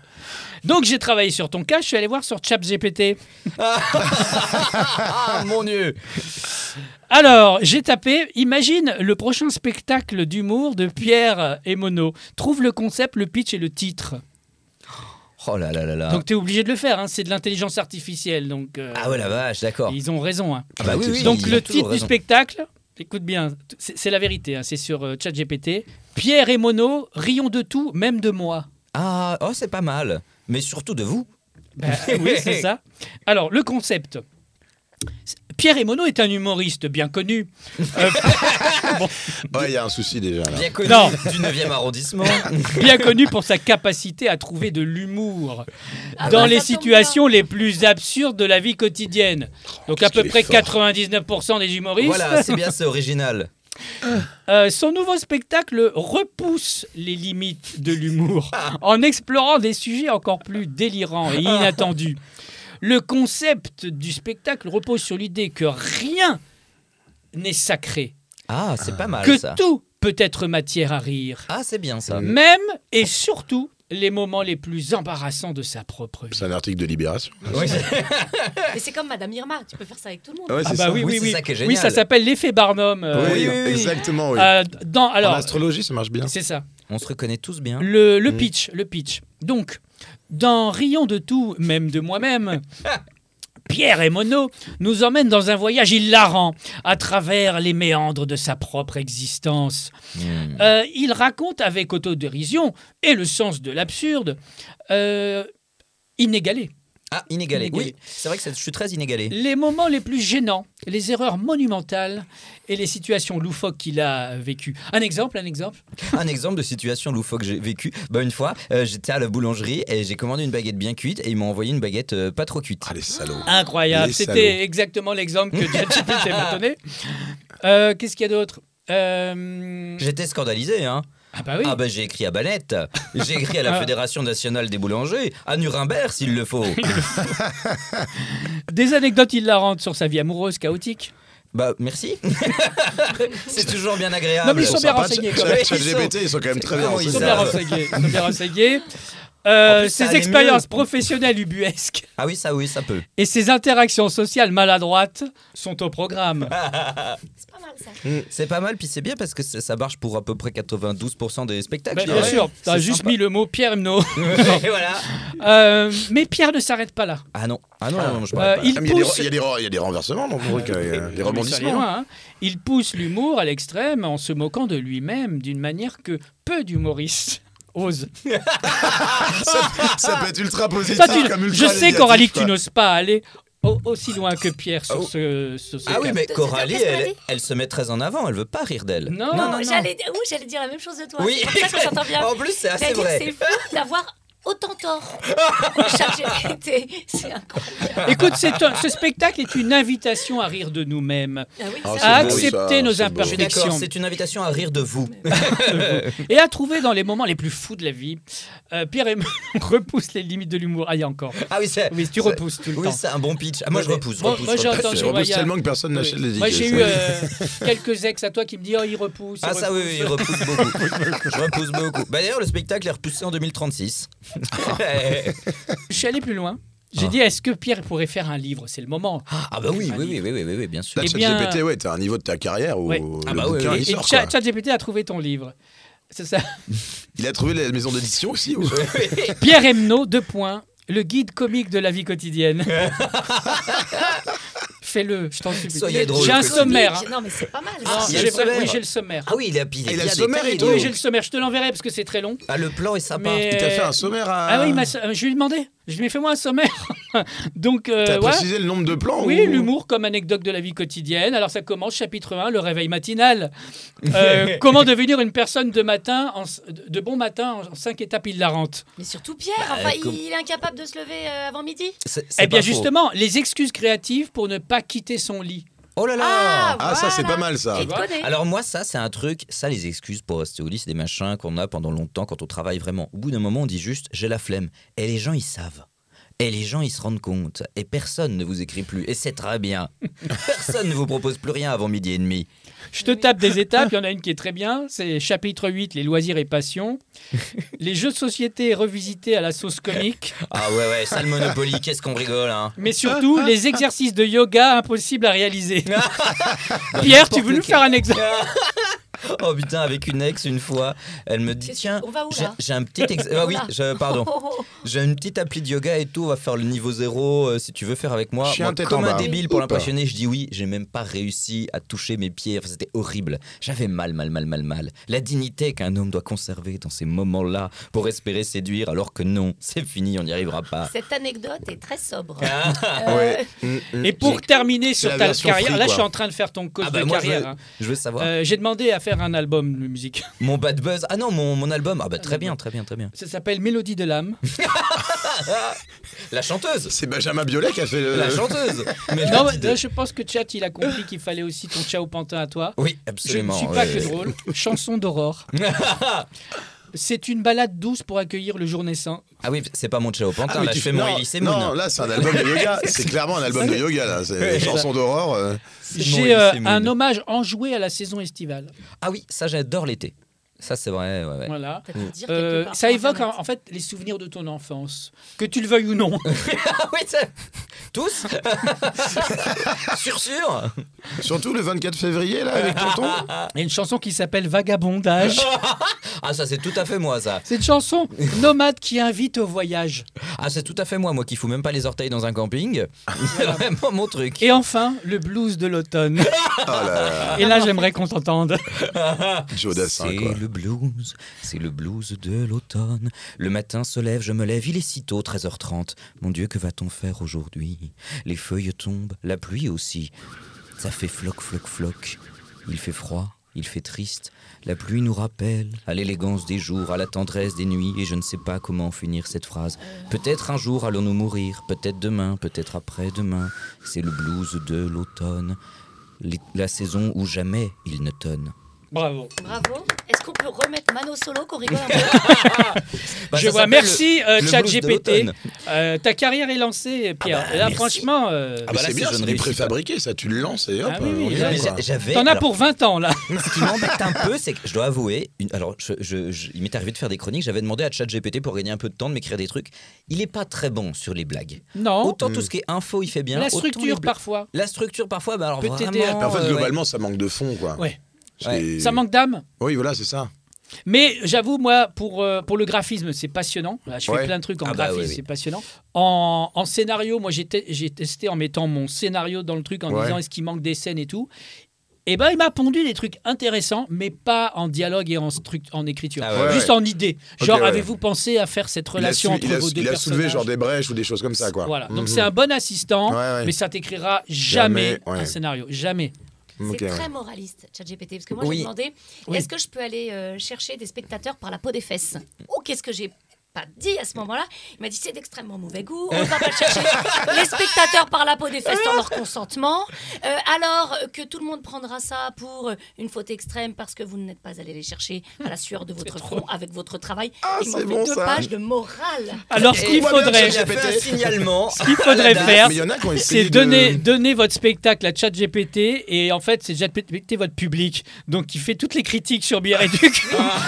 [SPEAKER 2] Donc j'ai travaillé sur ton cas. Je suis allé voir sur ChatGPT.
[SPEAKER 4] Ah mon dieu
[SPEAKER 2] Alors, j'ai tapé, imagine le prochain spectacle d'humour de Pierre et Mono. Trouve le concept, le pitch et le titre.
[SPEAKER 4] Oh là là là là.
[SPEAKER 2] Donc, tu es obligé de le faire, hein, c'est de l'intelligence artificielle. Donc, euh,
[SPEAKER 4] ah ouais, la vache, d'accord.
[SPEAKER 2] Ils ont raison. hein.
[SPEAKER 4] Ah bah oui, oui,
[SPEAKER 2] donc,
[SPEAKER 4] ils ont
[SPEAKER 2] le
[SPEAKER 4] toujours
[SPEAKER 2] titre du
[SPEAKER 4] raison.
[SPEAKER 2] spectacle, écoute bien, t- c'est c'est la vérité, hein, c'est sur euh, ChatGPT. Pierre et Mono, rions de tout, même de moi.
[SPEAKER 4] Ah, oh, c'est pas mal. Mais surtout de vous.
[SPEAKER 2] Bah, oui, c'est ça. Alors, le concept. Pierre et Mono est un humoriste bien connu. Euh, bon.
[SPEAKER 3] Ouais, il y a un souci déjà là.
[SPEAKER 4] Bien connu
[SPEAKER 2] Non.
[SPEAKER 4] du 9e arrondissement.
[SPEAKER 2] bien connu pour sa capacité à trouver de l'humour
[SPEAKER 1] Ah
[SPEAKER 2] dans
[SPEAKER 1] bah,
[SPEAKER 2] les
[SPEAKER 1] ça tombe
[SPEAKER 2] situations les plus absurdes de la vie quotidienne. Donc à
[SPEAKER 3] qu'est-ce
[SPEAKER 2] peu
[SPEAKER 3] qu'il est
[SPEAKER 2] près
[SPEAKER 3] fort.
[SPEAKER 2] 99% des humoristes.
[SPEAKER 4] voilà, c'est bien, c'est original.
[SPEAKER 2] Euh, son nouveau spectacle repousse les limites de l'humour
[SPEAKER 4] Ah.
[SPEAKER 2] en explorant des sujets encore plus délirants et inattendus.
[SPEAKER 4] Ah.
[SPEAKER 2] Le concept du spectacle repose sur l'idée que rien n'est sacré,
[SPEAKER 4] Ah, c'est pas mal
[SPEAKER 2] que
[SPEAKER 4] ça.
[SPEAKER 2] tout peut être matière à rire,
[SPEAKER 4] Ah, c'est bien ça.
[SPEAKER 2] même et surtout les moments les plus embarrassants de sa propre vie.
[SPEAKER 3] C'est un article de Libération.
[SPEAKER 1] Mais c'est comme Madame Irma, tu peux faire ça avec tout le monde.
[SPEAKER 3] Ouais,
[SPEAKER 2] Ah
[SPEAKER 3] c'est
[SPEAKER 2] bah
[SPEAKER 3] ça.
[SPEAKER 2] oui,
[SPEAKER 4] Oui,
[SPEAKER 2] oui,
[SPEAKER 4] c'est
[SPEAKER 2] oui.
[SPEAKER 4] ça qui est
[SPEAKER 2] Oui,
[SPEAKER 4] génial.
[SPEAKER 2] ça s'appelle l'effet Barnum. euh,
[SPEAKER 3] Oui,
[SPEAKER 4] oui, hein. oui, oui.
[SPEAKER 3] exactement. Oui.
[SPEAKER 2] euh, dans,
[SPEAKER 3] en
[SPEAKER 2] alors,
[SPEAKER 3] astrologie, ça marche bien.
[SPEAKER 2] c'est ça.
[SPEAKER 4] On se reconnaît tous bien.
[SPEAKER 2] Le, le
[SPEAKER 3] Mm.
[SPEAKER 2] pitch, le pitch. Donc, dans Rions de tout, même de moi-même, Pierre et Mono nous emmènent dans un voyage hilarant à travers les méandres de sa propre existence.
[SPEAKER 4] Hmm.
[SPEAKER 2] Euh, il raconte avec autodérision et le sens de l'absurde euh, inégalé
[SPEAKER 4] Ah, inégalé.
[SPEAKER 2] Inégalé.
[SPEAKER 4] Oui, c'est vrai que c'est- je suis très inégalé.
[SPEAKER 2] les moments les plus gênants, les erreurs monumentales et les situations loufoques qu'il a vécues. Un exemple, un exemple.
[SPEAKER 4] Un exemple de situation loufoque que j'ai vécu. Bah, une fois, euh, j'étais à la boulangerie et j'ai commandé une baguette bien cuite et ils m'ont envoyé une baguette euh, pas trop cuite.
[SPEAKER 3] Ah, les salauds.
[SPEAKER 2] Incroyable.
[SPEAKER 3] Les
[SPEAKER 2] C'était
[SPEAKER 3] salauds.
[SPEAKER 2] exactement l'exemple que ChatGPT m'a donné. Euh, Qu'est-ce qu'il y a d'autre Euh,
[SPEAKER 4] J'étais scandalisé, hein.
[SPEAKER 2] Ah bah oui.
[SPEAKER 4] Ah bah j'ai écrit à Balette, j'ai écrit à la
[SPEAKER 2] Ah.
[SPEAKER 4] Fédération nationale des boulangers, à Nuremberg s'il le faut.
[SPEAKER 2] Des anecdotes hilarantes sur sa vie amoureuse chaotique.
[SPEAKER 4] bah merci. c'est toujours bien agréable.
[SPEAKER 2] Non, mais ils sont bien
[SPEAKER 3] sympas,
[SPEAKER 2] renseignés,
[SPEAKER 3] Ch-
[SPEAKER 2] quand
[SPEAKER 4] même.
[SPEAKER 3] Ch- ChatGPT, ils sont quand même très bien
[SPEAKER 4] Comment ils
[SPEAKER 2] Ils sont bien
[SPEAKER 3] renseignés.
[SPEAKER 4] savent.
[SPEAKER 2] renseigné. Ils sont bien renseigné. Euh,
[SPEAKER 4] En plus, ça
[SPEAKER 2] ses
[SPEAKER 4] allait
[SPEAKER 2] expériences
[SPEAKER 4] mieux.
[SPEAKER 2] professionnelles ubuesques
[SPEAKER 4] Ah oui, ça oui, ça peut.
[SPEAKER 2] et ses interactions sociales maladroites sont au programme.
[SPEAKER 4] Ah,
[SPEAKER 1] C'est pas mal ça.
[SPEAKER 4] C'est pas mal, puis c'est bien parce que ça ça marche pour à peu près 92% des spectacles.
[SPEAKER 2] Bah,
[SPEAKER 4] je
[SPEAKER 2] bien
[SPEAKER 4] dirais.
[SPEAKER 2] sûr, t'as
[SPEAKER 4] C'est
[SPEAKER 2] juste
[SPEAKER 4] sympa.
[SPEAKER 2] mis le mot Pierre Mno.
[SPEAKER 4] Et voilà.
[SPEAKER 2] Euh, mais Pierre ne s'arrête pas là.
[SPEAKER 4] Ah non, ah non, non, je
[SPEAKER 2] Euh,
[SPEAKER 4] parle pas.
[SPEAKER 2] il
[SPEAKER 3] Ah, mais Il y a des
[SPEAKER 2] pousse.
[SPEAKER 3] re- il y, a des re- il y a des renversements dans le truc, euh, des
[SPEAKER 2] Mais ça allait
[SPEAKER 3] rebondissements.
[SPEAKER 2] loin, hein. Il pousse l'humour à l'extrême en se moquant de lui-même d'une manière que peu d'humoristes osent.
[SPEAKER 3] ça, ça peut être ultra positif
[SPEAKER 2] Toi, tu-
[SPEAKER 3] comme ultra
[SPEAKER 2] je sais
[SPEAKER 3] négatif,
[SPEAKER 2] qu'Aurélie, que
[SPEAKER 3] quoi.
[SPEAKER 2] tu n'oses pas aller au- aussi loin que Pierre sur
[SPEAKER 4] Oh.
[SPEAKER 2] ce, sur ce
[SPEAKER 4] Ah oui,
[SPEAKER 2] cas.
[SPEAKER 4] mais
[SPEAKER 1] C'est-
[SPEAKER 4] Coralie,
[SPEAKER 1] qu'est-ce qu'on a
[SPEAKER 4] elle,
[SPEAKER 1] dit
[SPEAKER 4] elle se met très en avant, elle veut pas rire d'elle.
[SPEAKER 2] Non, non, non.
[SPEAKER 1] Oh, J'allais oui, j'allais dire la même chose de toi.
[SPEAKER 4] Oui.
[SPEAKER 1] C'est pour ça qu'on s'entend bien.
[SPEAKER 4] En plus, c'est assez
[SPEAKER 1] C'est-à-dire que
[SPEAKER 4] vrai.
[SPEAKER 1] c'est fou d'avoir autant tort. ChatGPT, c'est incroyable.
[SPEAKER 2] Écoute, c'est un- ce spectacle est une invitation à rire de nous-mêmes,
[SPEAKER 1] Ah oui,
[SPEAKER 3] Ah,
[SPEAKER 1] ça,
[SPEAKER 2] à
[SPEAKER 3] beau, ça,
[SPEAKER 2] accepter nos
[SPEAKER 3] c'est beau.
[SPEAKER 4] Je suis d'accord,
[SPEAKER 2] imperfections
[SPEAKER 4] c'est une invitation à rire de vous.
[SPEAKER 2] et à trouver dans les moments les plus fous de la vie. Euh, Pierre et moi, on repousse les limites de l'humour. Allez encore.
[SPEAKER 4] Ah oui, c'est.
[SPEAKER 2] Oui, tu
[SPEAKER 4] c'est-
[SPEAKER 2] repousses tout le
[SPEAKER 4] Oui,
[SPEAKER 2] temps.
[SPEAKER 4] c'est un bon pitch. Ah, moi, je repousse.
[SPEAKER 2] Moi-
[SPEAKER 4] repousse,
[SPEAKER 2] moi, j'ai
[SPEAKER 4] repousse.
[SPEAKER 2] entendu-
[SPEAKER 3] Je
[SPEAKER 2] Ouais,
[SPEAKER 3] repousse
[SPEAKER 2] y a-
[SPEAKER 3] tellement que personne
[SPEAKER 2] Oui.
[SPEAKER 3] n'achète les tickets.
[SPEAKER 2] Moi, j'ai eu
[SPEAKER 3] ça.
[SPEAKER 2] euh, quelques ex à toi qui me disent Oh, il repousse. il
[SPEAKER 4] Ah ça oui,
[SPEAKER 2] repousse.
[SPEAKER 4] oui, il repousse beaucoup. je repousse beaucoup. Bah, D'ailleurs, le spectacle est repoussé en 2036.
[SPEAKER 2] Ah. Je suis allé plus loin. J'ai
[SPEAKER 4] Ah.
[SPEAKER 2] dit Est-ce que Pierre pourrait faire un livre C'est le moment.
[SPEAKER 4] ah bah oui, oui, oui, oui, oui, oui, oui, bien sûr.
[SPEAKER 3] Là,
[SPEAKER 2] Eh
[SPEAKER 3] ChatGPT,
[SPEAKER 2] bien-
[SPEAKER 3] ouais, t'as un niveau de ta carrière où
[SPEAKER 2] Ouais.
[SPEAKER 3] le
[SPEAKER 4] Ah bah oui,
[SPEAKER 3] bouquin,
[SPEAKER 4] oui.
[SPEAKER 3] il
[SPEAKER 2] Et
[SPEAKER 3] sort,
[SPEAKER 2] Cha-
[SPEAKER 3] quoi.
[SPEAKER 2] ChatGPT a trouvé ton livre. C'est ça.
[SPEAKER 3] Il a trouvé la maison d'édition aussi ou...
[SPEAKER 2] Pierre Emno, deux points. Le guide comique de la vie quotidienne. Fais-le, je t'en supplie.
[SPEAKER 4] Soyez drôle,
[SPEAKER 2] J'ai un
[SPEAKER 4] Cosmique.
[SPEAKER 2] sommaire. hein.
[SPEAKER 1] Non, mais c'est pas mal.
[SPEAKER 2] Non,
[SPEAKER 1] ça.
[SPEAKER 4] Ah, il y a
[SPEAKER 2] j'ai
[SPEAKER 4] le
[SPEAKER 2] vrai-
[SPEAKER 4] sommaire.
[SPEAKER 2] oui, j'ai le sommaire.
[SPEAKER 4] Ah oui, il a il a-
[SPEAKER 3] Et
[SPEAKER 4] il
[SPEAKER 3] la
[SPEAKER 4] a des
[SPEAKER 3] sommaire et
[SPEAKER 4] tas
[SPEAKER 3] tout.
[SPEAKER 2] Oui,
[SPEAKER 4] d'idées.
[SPEAKER 2] j'ai le sommaire. Je te l'enverrai parce que c'est très long.
[SPEAKER 4] Ah, le plan est sympa.
[SPEAKER 2] Mais-
[SPEAKER 3] Il t'a fait un sommaire à...
[SPEAKER 2] Ah oui, il m'a- euh, je lui ai demandé. Je lui ai fait moi un sommaire. Donc, euh,
[SPEAKER 3] T'as
[SPEAKER 2] ouais.
[SPEAKER 3] précisé le nombre de plans
[SPEAKER 2] Oui,
[SPEAKER 4] Oh.
[SPEAKER 3] ou-
[SPEAKER 2] l'humour comme anecdote de la vie quotidienne. Alors ça commence, chapitre 1, le réveil matinal. Euh, comment devenir une personne de, matin en s- de bon matin en 5 étapes hilarantes
[SPEAKER 1] Mais surtout Pierre, enfin, il-
[SPEAKER 4] Bah, comme-
[SPEAKER 1] il est incapable de se lever euh, avant midi.
[SPEAKER 4] C'est- c'est
[SPEAKER 2] Eh bien
[SPEAKER 4] pas faux.
[SPEAKER 2] justement, les excuses créatives pour ne pas quitter son lit.
[SPEAKER 4] Oh là là
[SPEAKER 3] Ah, ça, c'est
[SPEAKER 1] voilà.
[SPEAKER 3] pas mal, ça.
[SPEAKER 2] bah,
[SPEAKER 1] Et te connais.
[SPEAKER 4] Alors moi ça c'est un truc, ça les excuses pour rester au lit, c'est des machins qu'on a pendant longtemps quand on travaille vraiment. Au bout d'un moment on dit juste j'ai la flemme. Et les gens ils savent. Et les gens ils se rendent compte. Et personne ne vous écrit plus. Et c'est très bien. personne ne vous propose plus rien avant midi et demi.
[SPEAKER 2] Je te tape des étapes, il y en a une qui est très bien, c'est chapitre 8, les loisirs et passions. Les jeux de société revisités à la sauce comique,
[SPEAKER 4] Ah ouais ouais, ça le Monopoly, qu'est-ce qu'on rigole hein
[SPEAKER 2] mais surtout les exercices de yoga impossibles à réaliser. Pierre, tu veux nous faire un exemple
[SPEAKER 4] Oh putain, avec une ex une fois, elle me dit
[SPEAKER 1] Qu'est-ce-
[SPEAKER 4] tiens,
[SPEAKER 1] on va où,
[SPEAKER 4] j'ai-
[SPEAKER 1] là
[SPEAKER 4] j'ai un petit ex- ah oui,
[SPEAKER 1] Oula.
[SPEAKER 4] je- pardon.
[SPEAKER 1] Oh, oh, oh.
[SPEAKER 4] J'ai une petite appli de yoga et tout, on va faire le niveau zéro euh, si tu veux faire avec moi.
[SPEAKER 3] Chien
[SPEAKER 4] Moi,
[SPEAKER 3] tête
[SPEAKER 4] comme
[SPEAKER 3] en
[SPEAKER 4] un
[SPEAKER 3] bas.
[SPEAKER 4] débile pour
[SPEAKER 3] Ou pas.
[SPEAKER 4] l'impressionner, je dis oui, j'ai même pas réussi à toucher mes pieds, Enfin, c'était horrible. J'avais mal, mal, mal, mal, mal. La dignité qu'un homme doit conserver dans ces moments-là pour espérer séduire alors que non, c'est fini, on n'y arrivera pas.
[SPEAKER 1] Cette anecdote est très sobre.
[SPEAKER 4] Ah.
[SPEAKER 1] Euh,
[SPEAKER 3] Ouais. Mm, mm.
[SPEAKER 2] Et pour terminer sur
[SPEAKER 3] la
[SPEAKER 2] ta
[SPEAKER 3] version
[SPEAKER 2] carrière,
[SPEAKER 3] free,
[SPEAKER 2] là
[SPEAKER 3] quoi.
[SPEAKER 2] je suis en train de faire ton coach
[SPEAKER 4] Ah bah
[SPEAKER 2] de
[SPEAKER 4] moi je
[SPEAKER 2] carrière.
[SPEAKER 4] veux,
[SPEAKER 2] hein.
[SPEAKER 4] je veux savoir.
[SPEAKER 2] Euh, J'ai demandé à faire faire un album de musique.
[SPEAKER 4] Mon bad buzz. Ah non, mon, mon album. Ah bah très bien, très bien, très bien.
[SPEAKER 2] Ça s'appelle Mélodie de l'âme.
[SPEAKER 4] La chanteuse
[SPEAKER 3] C'est Benjamin Biolay qui a fait le.
[SPEAKER 4] Euh. La chanteuse Mais
[SPEAKER 2] Non,
[SPEAKER 4] la
[SPEAKER 2] mais
[SPEAKER 4] petite-
[SPEAKER 2] là, je pense que Chat, il a compris qu'il fallait aussi ton ciao pantin à toi.
[SPEAKER 4] Oui,
[SPEAKER 2] Je ne
[SPEAKER 4] absolument.
[SPEAKER 2] suis pas
[SPEAKER 4] ouais.
[SPEAKER 2] que drôle. Chanson d'aurore. C'est une balade douce pour accueillir le jour naissant.
[SPEAKER 4] Ah oui, c'est pas mon Chao Pantin,
[SPEAKER 3] Ah, mais
[SPEAKER 4] là
[SPEAKER 3] tu
[SPEAKER 4] je hein, fais
[SPEAKER 3] non,
[SPEAKER 4] mon Elise hein.
[SPEAKER 3] Non,
[SPEAKER 4] Moon.
[SPEAKER 3] là, c'est un album de yoga. C'est clairement un album de yoga, là. C'est chanson d'aurore. euh.
[SPEAKER 4] C'est mon
[SPEAKER 2] J'ai
[SPEAKER 4] Elise
[SPEAKER 2] euh,
[SPEAKER 4] Moon.
[SPEAKER 2] un hommage enjoué à la saison estivale.
[SPEAKER 4] Ah oui, ça j'adore l'été. Ça c'est vrai, ouais, ouais.
[SPEAKER 2] Voilà.
[SPEAKER 1] T'as pu le dire
[SPEAKER 2] Euh,
[SPEAKER 1] quelque part
[SPEAKER 2] ça
[SPEAKER 1] sur
[SPEAKER 2] évoque
[SPEAKER 1] Internet.
[SPEAKER 2] en, en fait les souvenirs de ton enfance, que tu le veuilles ou non.
[SPEAKER 4] Ah oui, ça- tous Sûr, sûr
[SPEAKER 3] Surtout le 24 février, là, avec Tonton.
[SPEAKER 2] Il y a une chanson qui s'appelle Vagabondage.
[SPEAKER 4] Ah ça c'est tout à fait moi ça.
[SPEAKER 2] C'est une chanson nomade qui invite au voyage.
[SPEAKER 4] Ah c'est tout à fait moi, moi qui fous même pas les orteils dans un camping. C'est vraiment mon truc.
[SPEAKER 2] Et enfin, le blues de l'automne.
[SPEAKER 4] Oh
[SPEAKER 2] Et là, j'aimerais qu'on t'entende.
[SPEAKER 3] Joe Dassin,
[SPEAKER 4] C'est
[SPEAKER 3] quoi.
[SPEAKER 4] le blues, c'est le blues de l'automne. Le matin se lève, je me lève, il est si tôt, 13h30. Mon Dieu, que va-t-on faire aujourd'hui Les feuilles tombent, la pluie aussi. Ça fait floc, floc, floc. Il fait froid, il fait triste. La pluie nous rappelle à l'élégance des jours, à la tendresse des nuits, et je ne sais pas comment finir cette phrase. Peut-être un jour allons-nous mourir, peut-être demain, peut-être après-demain. C'est le blues de l'automne, les- la saison où jamais il ne tonne.
[SPEAKER 2] Bravo.
[SPEAKER 1] Bravo. Est-ce qu'on peut remettre Mano Solo qu'on rigole un peu
[SPEAKER 4] Bah,
[SPEAKER 2] je
[SPEAKER 4] ça
[SPEAKER 2] vois.
[SPEAKER 4] s'appelle
[SPEAKER 2] Merci, euh,
[SPEAKER 4] le
[SPEAKER 2] chat
[SPEAKER 4] blues de
[SPEAKER 2] GPT.
[SPEAKER 4] l'automne.
[SPEAKER 2] Euh, ta carrière est lancée, Pierre.
[SPEAKER 4] Ah bah,
[SPEAKER 2] Et là,
[SPEAKER 4] merci.
[SPEAKER 2] franchement, euh,
[SPEAKER 4] Ah
[SPEAKER 3] Mais
[SPEAKER 4] bah là,
[SPEAKER 3] c'est
[SPEAKER 4] si
[SPEAKER 3] bien,
[SPEAKER 4] je
[SPEAKER 3] c'est
[SPEAKER 4] ne
[SPEAKER 3] des
[SPEAKER 4] réussis
[SPEAKER 3] préfabriqués, ça. Tu le lances et hop, euh.
[SPEAKER 2] Ah oui,
[SPEAKER 3] on y
[SPEAKER 2] oui,
[SPEAKER 3] va,
[SPEAKER 2] oui,
[SPEAKER 3] quoi.
[SPEAKER 4] Ah, Mais J'avais.
[SPEAKER 2] t'en as
[SPEAKER 4] alors,
[SPEAKER 2] pour 20 ans, là.
[SPEAKER 4] Ce qui m'embête un peu, c'est que je dois avouer. une- alors, je- je- je- il m'est arrivé de faire des chroniques. J'avais demandé à ChatGPT pour gagner un peu de temps de m'écrire des trucs. Il est pas très bon sur les blagues.
[SPEAKER 2] Non.
[SPEAKER 4] Autant tout ce qui est info, il fait bien.
[SPEAKER 2] Oh. La
[SPEAKER 4] autant les
[SPEAKER 2] structure,
[SPEAKER 4] blagues-
[SPEAKER 2] parfois.
[SPEAKER 4] La structure parfois, bah alors
[SPEAKER 2] Peut
[SPEAKER 4] vraiment.
[SPEAKER 2] t'aider à-
[SPEAKER 3] Mais en fait,
[SPEAKER 4] euh,
[SPEAKER 3] globalement, ça manque de fond, quoi.
[SPEAKER 2] Ouais.
[SPEAKER 3] C'est-
[SPEAKER 2] Ça manque d'âme.
[SPEAKER 3] Oui, voilà, c'est ça.
[SPEAKER 2] Mais j'avoue, moi, pour, euh, pour le graphisme, c'est passionnant. Voilà, Je fais
[SPEAKER 3] Ouais.
[SPEAKER 2] plein de trucs en
[SPEAKER 4] Ah bah
[SPEAKER 2] graphisme,
[SPEAKER 4] oui, oui.
[SPEAKER 2] c'est passionnant. En, en scénario, moi, j'ai te- j'ai testé en mettant mon scénario dans le truc, en
[SPEAKER 3] Ouais.
[SPEAKER 2] disant est-ce qu'il manque des scènes et tout. Et ben, il m'a pondu des trucs intéressants, mais pas en dialogue et en, struc- en écriture.
[SPEAKER 4] Ah ouais,
[SPEAKER 2] Juste en idée.
[SPEAKER 3] Ok,
[SPEAKER 2] Genre,
[SPEAKER 3] ouais.
[SPEAKER 2] avez-vous pensé à faire cette
[SPEAKER 3] Il a,
[SPEAKER 2] relation
[SPEAKER 3] su-
[SPEAKER 2] entre
[SPEAKER 3] il a-
[SPEAKER 2] vos deux
[SPEAKER 3] il a soulevé
[SPEAKER 2] personnages
[SPEAKER 3] genre des brèches ou des choses comme ça, quoi.
[SPEAKER 2] Voilà.
[SPEAKER 3] Mhm.
[SPEAKER 2] Donc, c'est un bon assistant,
[SPEAKER 3] Ouais, ouais.
[SPEAKER 2] mais ça t'écrira jamais,
[SPEAKER 3] Jamais, ouais.
[SPEAKER 2] un scénario. Jamais.
[SPEAKER 1] C'est
[SPEAKER 3] Ok,
[SPEAKER 1] très
[SPEAKER 3] ouais.
[SPEAKER 1] moraliste, ChatGPT, parce que moi
[SPEAKER 4] Oui.
[SPEAKER 1] j'ai demandé
[SPEAKER 2] Oui.
[SPEAKER 1] est-ce que je peux aller euh, chercher des spectateurs par la peau des fesses Ou qu'est-ce que j'ai pas dit à ce moment-là Il m'a dit c'est d'extrêmement mauvais goût, on ne va pas chercher les spectateurs par la peau des fesses sans leur consentement, Euh, alors que tout le monde prendra ça pour euh, une faute extrême parce que vous n'êtes pas allé les chercher à la sueur de votre front avec votre travail. Il m'en
[SPEAKER 3] Ah, c'est
[SPEAKER 1] fait
[SPEAKER 3] bon,
[SPEAKER 1] deux
[SPEAKER 3] ça.
[SPEAKER 1] pages de morale.
[SPEAKER 2] Alors, ce
[SPEAKER 4] Et
[SPEAKER 2] qu'il
[SPEAKER 4] moi,
[SPEAKER 2] faudrait.
[SPEAKER 4] J'ai fait un signalement. Ah,
[SPEAKER 2] Ce qu'il faudrait faire,
[SPEAKER 3] Mais il y en a qui ont essayé
[SPEAKER 2] c'est
[SPEAKER 3] de-
[SPEAKER 2] donner, donner votre spectacle à ChatGPT et en fait, c'est ChatGPT votre public. Donc, il fait toutes les critiques sur Biarritz.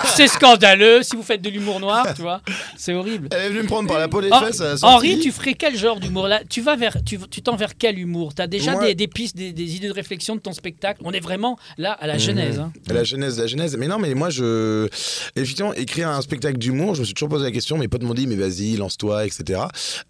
[SPEAKER 2] c'est scandaleux si vous faites de l'humour noir, tu vois. C'est horrible.
[SPEAKER 3] Elle est venue me prendre par la peau des
[SPEAKER 2] Hen-
[SPEAKER 3] fesses. à la sortie.
[SPEAKER 2] Henri, tu ferais quel genre d'humour là Tu vas vers, tu tu tends vers quel humour T'as déjà
[SPEAKER 3] Moi-
[SPEAKER 2] des, des pistes, des, des idées de réflexion de ton spectacle On est vraiment là à
[SPEAKER 3] Mmh.
[SPEAKER 2] la genèse. hein.
[SPEAKER 3] La genèse, la genèse. Mais non, mais moi, je. Effectivement, écrire un spectacle d'humour, je me suis toujours posé la question. Mes potes m'ont dit, mais vas-y, lance-toi, etc.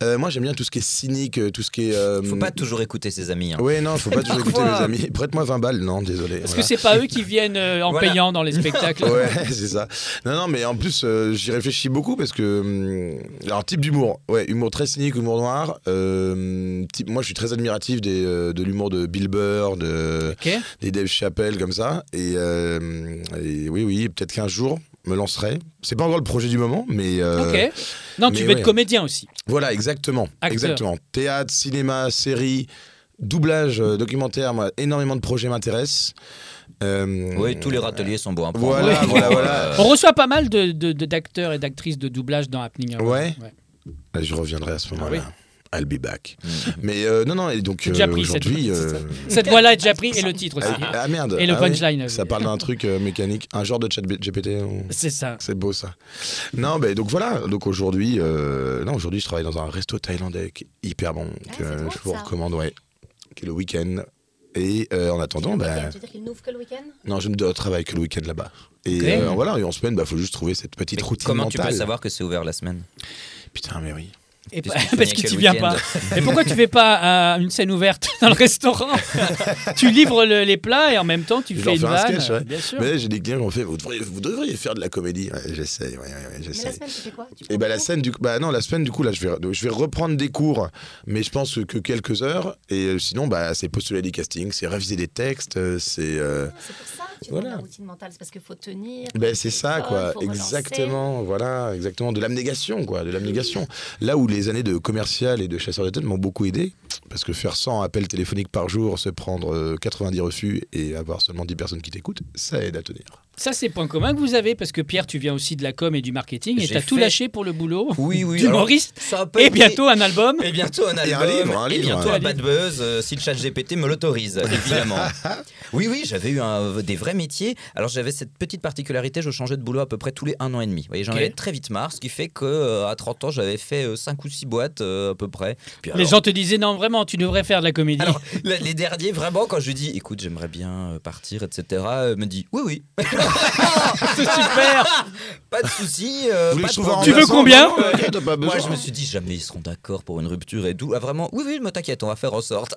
[SPEAKER 3] Euh, moi, j'aime bien tout ce qui est cynique, euh, tout ce qui est. euh,
[SPEAKER 4] Faut pas toujours écouter ses amis. hein.
[SPEAKER 3] Ouais, non, faut pas toujours écouter mes
[SPEAKER 4] Parfois.
[SPEAKER 3] amis. Prête-moi 20 balles, non, désolé.
[SPEAKER 2] Parce
[SPEAKER 3] Voilà.
[SPEAKER 2] euh, que c'est pas eux qui viennent euh, en
[SPEAKER 4] Voilà.
[SPEAKER 2] payant dans les spectacles.
[SPEAKER 3] Ouais, c'est ça. Non, non, mais en plus, euh, j'y réfléchis beaucoup parce que. hum, alors, type d'humour. Ouais, humour très cynique, humour noir. Euh, type, moi, je suis très admiratif des, euh, de l'humour de Bill Burr, de,
[SPEAKER 2] Ok.
[SPEAKER 3] des Dave Chappelle, comme ça. Et, euh, et oui, oui, peut-être qu'un jour, me lancerai. C'est pas encore le projet du moment, mais. euh,
[SPEAKER 2] Ok. Non, tu
[SPEAKER 3] mais
[SPEAKER 2] veux être
[SPEAKER 3] ouais.
[SPEAKER 2] comédien aussi.
[SPEAKER 3] Voilà, exactement.
[SPEAKER 2] Acteur.
[SPEAKER 3] Exactement. Théâtre, cinéma, série, doublage, euh, documentaire, moi, énormément de projets m'intéressent. Euh,
[SPEAKER 4] Oui, tous les râteliers sont bons. hein, à prendre.
[SPEAKER 3] Voilà,
[SPEAKER 4] Ouais.
[SPEAKER 3] voilà, voilà.
[SPEAKER 2] On reçoit pas mal de- de- de- d'acteurs et d'actrices de doublage dans Happening. Hour.
[SPEAKER 3] Ouais. Là, Bah, Je reviendrai à ce moment-là. I'll be back. Mais euh, non, non, et
[SPEAKER 2] Ah
[SPEAKER 3] donc
[SPEAKER 2] Mm. J'ai déjà
[SPEAKER 3] euh,
[SPEAKER 2] pris cette-
[SPEAKER 3] aujourd'hui. euh,
[SPEAKER 2] Cette voix-là est déjà prise et le titre aussi.
[SPEAKER 3] ah, ah, merde.
[SPEAKER 2] Et le
[SPEAKER 3] Ah oui.
[SPEAKER 2] punchline.
[SPEAKER 3] Ça parle d'un truc euh, mécanique, un genre de chat B- GPT. on-
[SPEAKER 2] C'est ça.
[SPEAKER 3] C'est beau ça. Non, mais donc voilà. Donc aujourd'hui, euh, non, aujourd'hui, je travaille dans un resto thaïlandais qui est hyper bon
[SPEAKER 1] Ah,
[SPEAKER 3] que
[SPEAKER 1] c'est drôle,
[SPEAKER 3] je vous
[SPEAKER 1] ça.
[SPEAKER 3] recommande, ouais. Qui est le week-end. Et euh, en attendant, bah,
[SPEAKER 1] Tu veux dire qu'il n'ouvre que le week-end
[SPEAKER 3] non, je ne dois- travaille que le week-end là-bas. Et
[SPEAKER 2] Ok.
[SPEAKER 3] euh, voilà, et en semaine, bah, faut juste trouver cette petite
[SPEAKER 4] Mais
[SPEAKER 3] routine
[SPEAKER 4] Comment tu
[SPEAKER 3] mentale.
[SPEAKER 4] peux savoir que c'est ouvert la semaine
[SPEAKER 3] Putain, mais oui.
[SPEAKER 2] Et
[SPEAKER 4] Parce
[SPEAKER 2] pa-
[SPEAKER 4] que tu
[SPEAKER 2] parce
[SPEAKER 4] finis
[SPEAKER 2] que
[SPEAKER 4] que
[SPEAKER 2] tu
[SPEAKER 4] le
[SPEAKER 2] viens
[SPEAKER 4] week-end.
[SPEAKER 2] pas. Et pourquoi tu fais pas euh, une scène ouverte dans le restaurant Tu livres le- les plats et en même temps tu
[SPEAKER 3] Je
[SPEAKER 2] fais
[SPEAKER 3] leur
[SPEAKER 2] une
[SPEAKER 3] fais un
[SPEAKER 2] vanne.
[SPEAKER 3] sketch, ouais.
[SPEAKER 2] Bien sûr.
[SPEAKER 3] Mais là, j'ai des clients qui ont fait, vous devriez, vous devriez faire de la comédie. Ouais, j'essaye, ouais, ouais, ouais,
[SPEAKER 1] Mais la
[SPEAKER 3] j'essaye.
[SPEAKER 1] semaine, tu fais quoi Tu
[SPEAKER 3] Et
[SPEAKER 1] prends
[SPEAKER 3] bah la
[SPEAKER 1] cours
[SPEAKER 3] scène du coup, bah non la semaine du coup là je vais je vais reprendre des cours mais je pense que quelques heures et euh, sinon bah c'est postuler des castings c'est réviser des textes euh, c'est euh,
[SPEAKER 1] Ah, C'est pour ça. tu demandes
[SPEAKER 3] Voilà.
[SPEAKER 1] la routine mentale, c'est parce qu'il faut tenir.
[SPEAKER 3] Ben c'est ça
[SPEAKER 1] Oh,
[SPEAKER 3] quoi,
[SPEAKER 1] faut relancer.
[SPEAKER 3] exactement, voilà, exactement de l'abnégation quoi, de l'abnégation. Là où les années de commercial et de chasseur de tête m'ont beaucoup aidé parce que faire 100 appels téléphoniques par jour, se prendre euh, 90 refus et avoir seulement 10 personnes qui t'écoutent, ça aide à tenir.
[SPEAKER 2] Ça, c'est point commun que vous avez, parce que Pierre, tu viens aussi de la com et du marketing, et
[SPEAKER 4] J'ai
[SPEAKER 2] t'as tout
[SPEAKER 4] fait-
[SPEAKER 2] lâché pour le boulot
[SPEAKER 4] Oui, oui. alors,
[SPEAKER 2] d'humoriste,
[SPEAKER 4] ça a pas
[SPEAKER 2] et
[SPEAKER 4] été-
[SPEAKER 2] bientôt un album.
[SPEAKER 4] Et bientôt un
[SPEAKER 3] Et un
[SPEAKER 4] album.
[SPEAKER 3] livre, un
[SPEAKER 4] et
[SPEAKER 3] livre,
[SPEAKER 4] bientôt
[SPEAKER 2] ouais.
[SPEAKER 4] un bad buzz, euh, si le chat GPT me l'autorise, évidemment. oui, oui, j'avais eu un- euh, des vrais métiers. Alors j'avais cette petite particularité, je changeais de boulot à peu près tous les un an et demi. Vous voyez, j'en
[SPEAKER 2] Ok.
[SPEAKER 4] avais très vite marre, ce qui fait que euh, à 30 ans, j'avais fait 5 ou 6 boîtes euh, à peu près. Puis
[SPEAKER 2] Les
[SPEAKER 4] alors-
[SPEAKER 2] gens te disaient, non, vraiment, tu devrais faire de la comédie.
[SPEAKER 4] Alors, la- les derniers, vraiment, quand je lui dis, écoute, j'aimerais bien euh, partir, etc., euh, me dit, oui, oui,
[SPEAKER 2] c'est super
[SPEAKER 4] pas de souci. euh,
[SPEAKER 3] Vous voulez
[SPEAKER 4] pas
[SPEAKER 3] que
[SPEAKER 4] de
[SPEAKER 3] je trouve un
[SPEAKER 2] Tu veux
[SPEAKER 4] problème.
[SPEAKER 3] remplaçant
[SPEAKER 2] combien
[SPEAKER 3] Non, euh, t'as pas
[SPEAKER 4] Moi,
[SPEAKER 3] besoin.
[SPEAKER 4] je me suis dit, jamais ils seront d'accord pour une rupture et tout. Ah, vraiment, oui, oui, mais t'inquiète, on va faire en sorte.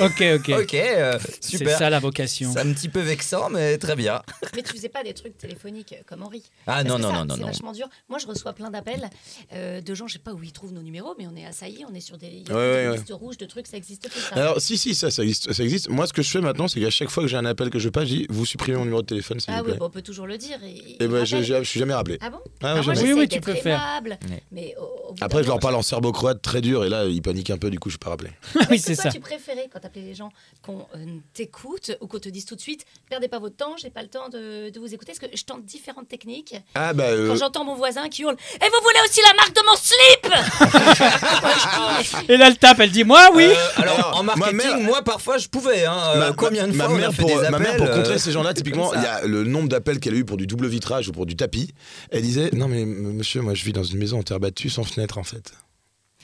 [SPEAKER 2] Ok, ok.
[SPEAKER 4] Ok, euh,
[SPEAKER 2] C'est
[SPEAKER 4] super.
[SPEAKER 2] ça la vocation.
[SPEAKER 4] C'est un petit peu vexant, mais très bien.
[SPEAKER 1] Mais tu faisais pas des trucs téléphoniques euh, comme Henri.
[SPEAKER 4] Ah
[SPEAKER 1] Parce
[SPEAKER 4] non,
[SPEAKER 1] que
[SPEAKER 4] non,
[SPEAKER 1] ça,
[SPEAKER 4] non, non,
[SPEAKER 1] C'est
[SPEAKER 4] non.
[SPEAKER 1] vachement dur. Moi, je reçois plein d'appels euh, de gens, je sais pas où ils trouvent nos numéros, mais on est assaillis, on est sur des, il y a
[SPEAKER 3] Ouais,
[SPEAKER 1] des
[SPEAKER 3] ouais, ouais.
[SPEAKER 1] listes rouges de trucs, ça existe plus. ça.
[SPEAKER 3] Alors si si ça ça existe, ça existe. Moi ce que je fais maintenant c'est qu'à chaque fois que j'ai un appel que je passe, je dis vous supprimez mon numéro de téléphone s'il
[SPEAKER 1] ah
[SPEAKER 3] vous
[SPEAKER 1] oui,
[SPEAKER 3] plaît.
[SPEAKER 1] bah, on peut toujours le dire. Et, et
[SPEAKER 3] Et ben
[SPEAKER 1] rappel.
[SPEAKER 3] je, je- je suis jamais rappelé.
[SPEAKER 1] Ah bon
[SPEAKER 3] Ah,
[SPEAKER 1] Alors
[SPEAKER 3] ouais,
[SPEAKER 1] moi,
[SPEAKER 2] Oui,
[SPEAKER 3] jamais.
[SPEAKER 1] j'essaie
[SPEAKER 2] oui, tu
[SPEAKER 1] d'être
[SPEAKER 2] peux faire.
[SPEAKER 1] aimable,
[SPEAKER 4] Ouais.
[SPEAKER 1] mais au- au bout d'un
[SPEAKER 3] Après je leur
[SPEAKER 1] moment,
[SPEAKER 3] parle en serbo croate très dur et là ils paniquent un peu du coup je suis pas rappelé.
[SPEAKER 2] oui,
[SPEAKER 1] Est-ce que
[SPEAKER 2] c'est
[SPEAKER 1] toi,
[SPEAKER 2] ça.
[SPEAKER 1] tu préférais quand t'appelais les gens qu'on euh, t'écoute ou qu'on te dise tout de suite perdez pas votre temps, j'ai pas le temps de, de vous écouter Parce que je tente différentes techniques.
[SPEAKER 3] Ah bah euh,
[SPEAKER 1] Quand j'entends mon voisin qui hurle et vous voulez aussi la marque de mon slip
[SPEAKER 2] Et là, elle tape, elle dit, moi, oui
[SPEAKER 4] Euh, alors, en
[SPEAKER 3] Ma
[SPEAKER 4] marketing,
[SPEAKER 3] mère-
[SPEAKER 4] moi, parfois, je pouvais. hein. Euh, Combien de
[SPEAKER 3] ma
[SPEAKER 4] fois on
[SPEAKER 3] mère
[SPEAKER 4] a fait
[SPEAKER 3] pour,
[SPEAKER 4] des appels
[SPEAKER 3] ma mère, pour
[SPEAKER 4] euh,
[SPEAKER 3] contrer ces gens-là, typiquement,
[SPEAKER 4] comme
[SPEAKER 3] il y
[SPEAKER 4] ça.
[SPEAKER 3] a le nombre d'appels qu'elle a eu pour du double vitrage ou pour du tapis. Elle disait Non, mais m- monsieur, moi je vis dans une maison en terre battue sans fenêtre en fait.